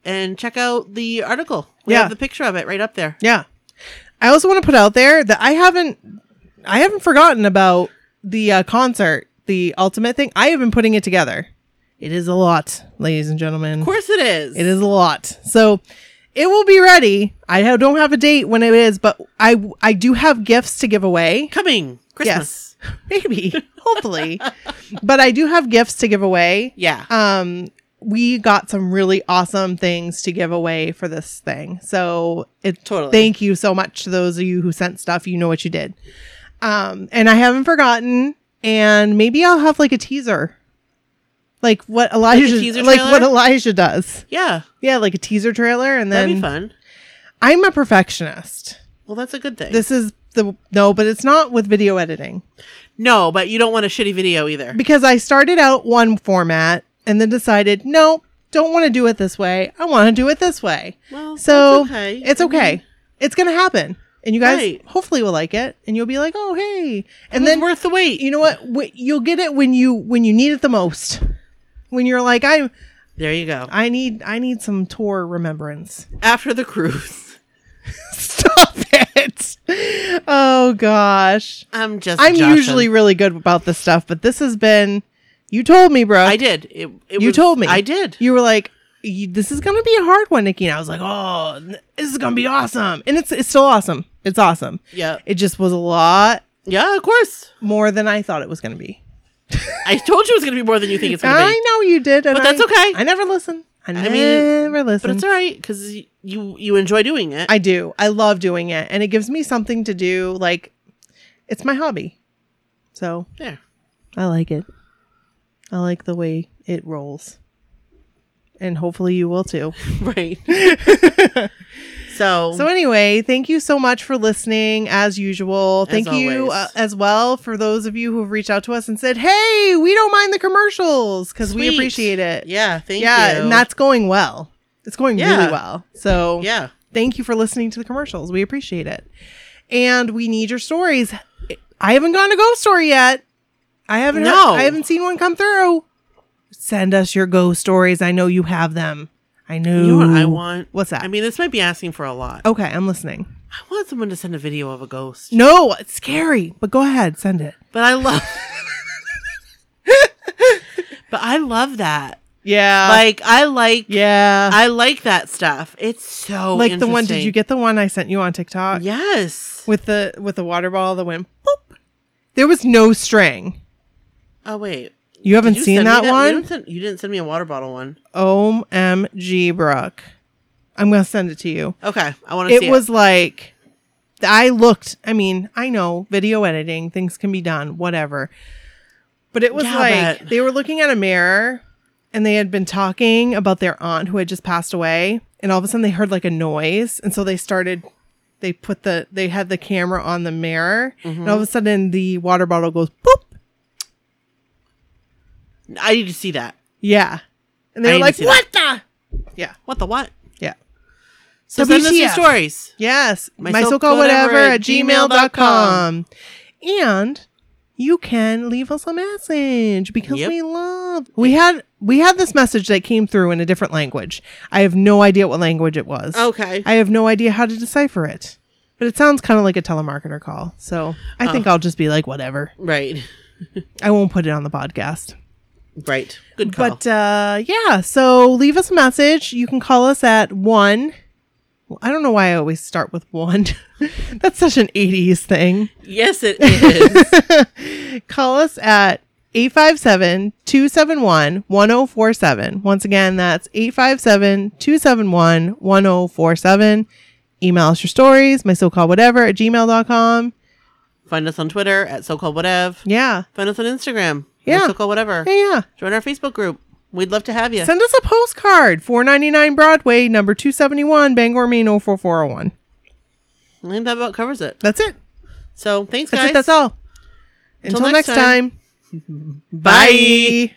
S3: and check out the article. We
S2: Yeah.
S3: have the picture of it right up there.
S2: Yeah. I also want to put out there that I haven't I haven't forgotten about the uh, concert, the ultimate thing. I have been putting it together. It is a lot, ladies and gentlemen.
S3: Of course it is.
S2: It is a lot. So It will be ready. I ha- don't have a date when it is, but I I do have gifts to give away.
S3: Coming Christmas.
S2: Maybe, hopefully, but I do have gifts to give away.
S3: Yeah.
S2: Um, we got some really awesome things to give away for this thing. So it
S3: Totally.
S2: Thank you so much to those of you who sent stuff. You know what you did. Um, and I haven't forgotten. And maybe I'll have like a teaser, like what Elijah,
S3: teaser
S2: like what
S3: trailer?
S2: Elijah does.
S3: yeah.
S2: Yeah, like a teaser trailer, and
S3: That'd be
S2: then
S3: fun.
S2: I'm a perfectionist.
S3: Well, that's a good thing.
S2: This is the no, but it's not with video editing
S3: no, but you don't want a shitty video either.
S2: because I started out one format and then decided no, don't want to do it this way. I want to do it this way.
S3: Well,
S2: so
S3: that's okay.
S2: it's
S3: I mean-
S2: okay. It's gonna happen, and you guys
S3: Right.
S2: hopefully will like it, and you'll be like, oh hey, and
S3: It was
S2: then
S3: worth the wait.
S2: you know what? Wh- You'll get it when you when you need it the most. When you're like I
S3: there you go.
S2: I need I need some tour remembrance.
S3: After the cruise,
S2: Stop it. Oh gosh.
S3: I'm just.
S2: I'm
S3: joshing.
S2: usually really good about this stuff, but this has been you told me, bro.
S3: I did. It, it
S2: You
S3: was-
S2: told me.
S3: Mm. I did.
S2: You were like "You- this is going to be a hard one, Nikki. And I was like, "Oh, n- this is going to be awesome." And it's it's still awesome. It's awesome.
S3: Yeah.
S2: It just was a lot
S3: Yeah. Of course.
S2: more than I thought it was going to be.
S3: I told you it was going to be more than you think it's going to
S2: I
S3: be.
S2: know you did, and
S3: But that's
S2: I-
S3: okay.
S2: I never listen. I,
S3: mean,
S2: never listen.
S3: But it's all right because you you enjoy doing it.
S2: I do. I love doing it, and it gives me something to do. Like, it's my hobby, so
S3: there.
S2: I like it. I like the way it rolls. And hopefully you will too.
S3: Right. so,
S2: So anyway, thank you so much for listening as usual. Thank you
S3: always.
S2: uh, as well for those of you who have reached out to us and said, "Hey, we don't mind the commercials cuz we
S3: Sweet.
S2: appreciate it."
S3: yeah. Thank
S2: yeah,
S3: you.
S2: and that's going well. It's going really
S3: Yeah.
S2: well. So
S3: yeah.
S2: thank you for listening to the commercials. We appreciate it. And we need your stories. I haven't gone to ghost story yet. I haven't heard-
S3: No.
S2: I haven't seen one come through. Send us your ghost stories. I know you have them. I know.
S3: You know what I want?
S2: What's that?
S3: I mean, this might be asking for a lot.
S2: okay, I'm listening.
S3: I want someone to send a video of a ghost.
S2: No, it's scary, but go ahead, send it.
S3: But I love. but I love that.
S2: Yeah. Like
S3: Like I like.
S2: Uh, yeah.
S3: I like that stuff. It's so
S2: like the one did you
S3: interesting.
S2: get the one I sent you on TikTok
S3: Yes.
S2: with the with the water bottle that went boop. There was no string.
S3: Oh wait.
S2: You haven't
S3: Did you
S2: seen
S3: send me
S2: that,
S3: You
S2: one?
S3: didn't, send, you didn't send me a water bottle one.
S2: OMG, Brooke. I'm going to send it to you.
S3: Okay, I want to see
S2: It was like, I looked, I mean, I know video editing, things can be done, whatever. But it was
S3: Yeah,
S2: like
S3: but-
S2: they were looking at a mirror and they had been talking about their aunt who had just passed away. And all of a sudden they heard like a noise. And so they started, they put the, they had the camera on the mirror.
S3: Mm-hmm.
S2: And all of a sudden the water bottle goes boop.
S3: it. I need to see that.
S2: Yeah. And
S3: I
S2: they were
S3: didn't
S2: like,
S3: see that.
S2: what the? Yeah.
S3: What the what?
S2: Yeah.
S3: So send us your
S2: WTF.
S3: stories.
S2: Yes.
S3: My
S2: My,
S3: so-called
S2: so-called whatever,
S3: whatever
S2: at
S3: at gmail.com.
S2: gmail.com. And you can leave us a message because
S3: Yep.
S2: we love we had we had this message that came through in a different language. I have no idea what language it was.
S3: Okay.
S2: I have no idea how to decipher it. But it sounds kind of like a telemarketer call. So I think I'll just be like, whatever.
S3: right.
S2: I won't put it on the podcast.
S3: Right. Good call.
S2: But uh, yeah, so leave us a message. You can call us at one. Well, I don't know why I always start with one. That's such an 80s thing.
S3: yes, it is.
S2: Call us at 857 271 1047. Once again, that's 857 271 1047. Email us your stories, my so called whatever at gmail.com.
S3: Find us on Twitter at so called whatever.
S2: Yeah.
S3: Find us on Instagram.
S2: Yeah.
S3: So called whatever.
S2: Yeah, yeah.
S3: Join our Facebook group. We'd love to have you.
S2: Send us a postcard, 499 Broadway, number 271, Bangor, Maine 04401.
S3: I think that about covers it.
S2: That's it.
S3: So thanks,
S2: That's
S3: guys.
S2: it. That's all. Until,
S3: next
S2: next,
S3: time.
S2: time. Bye.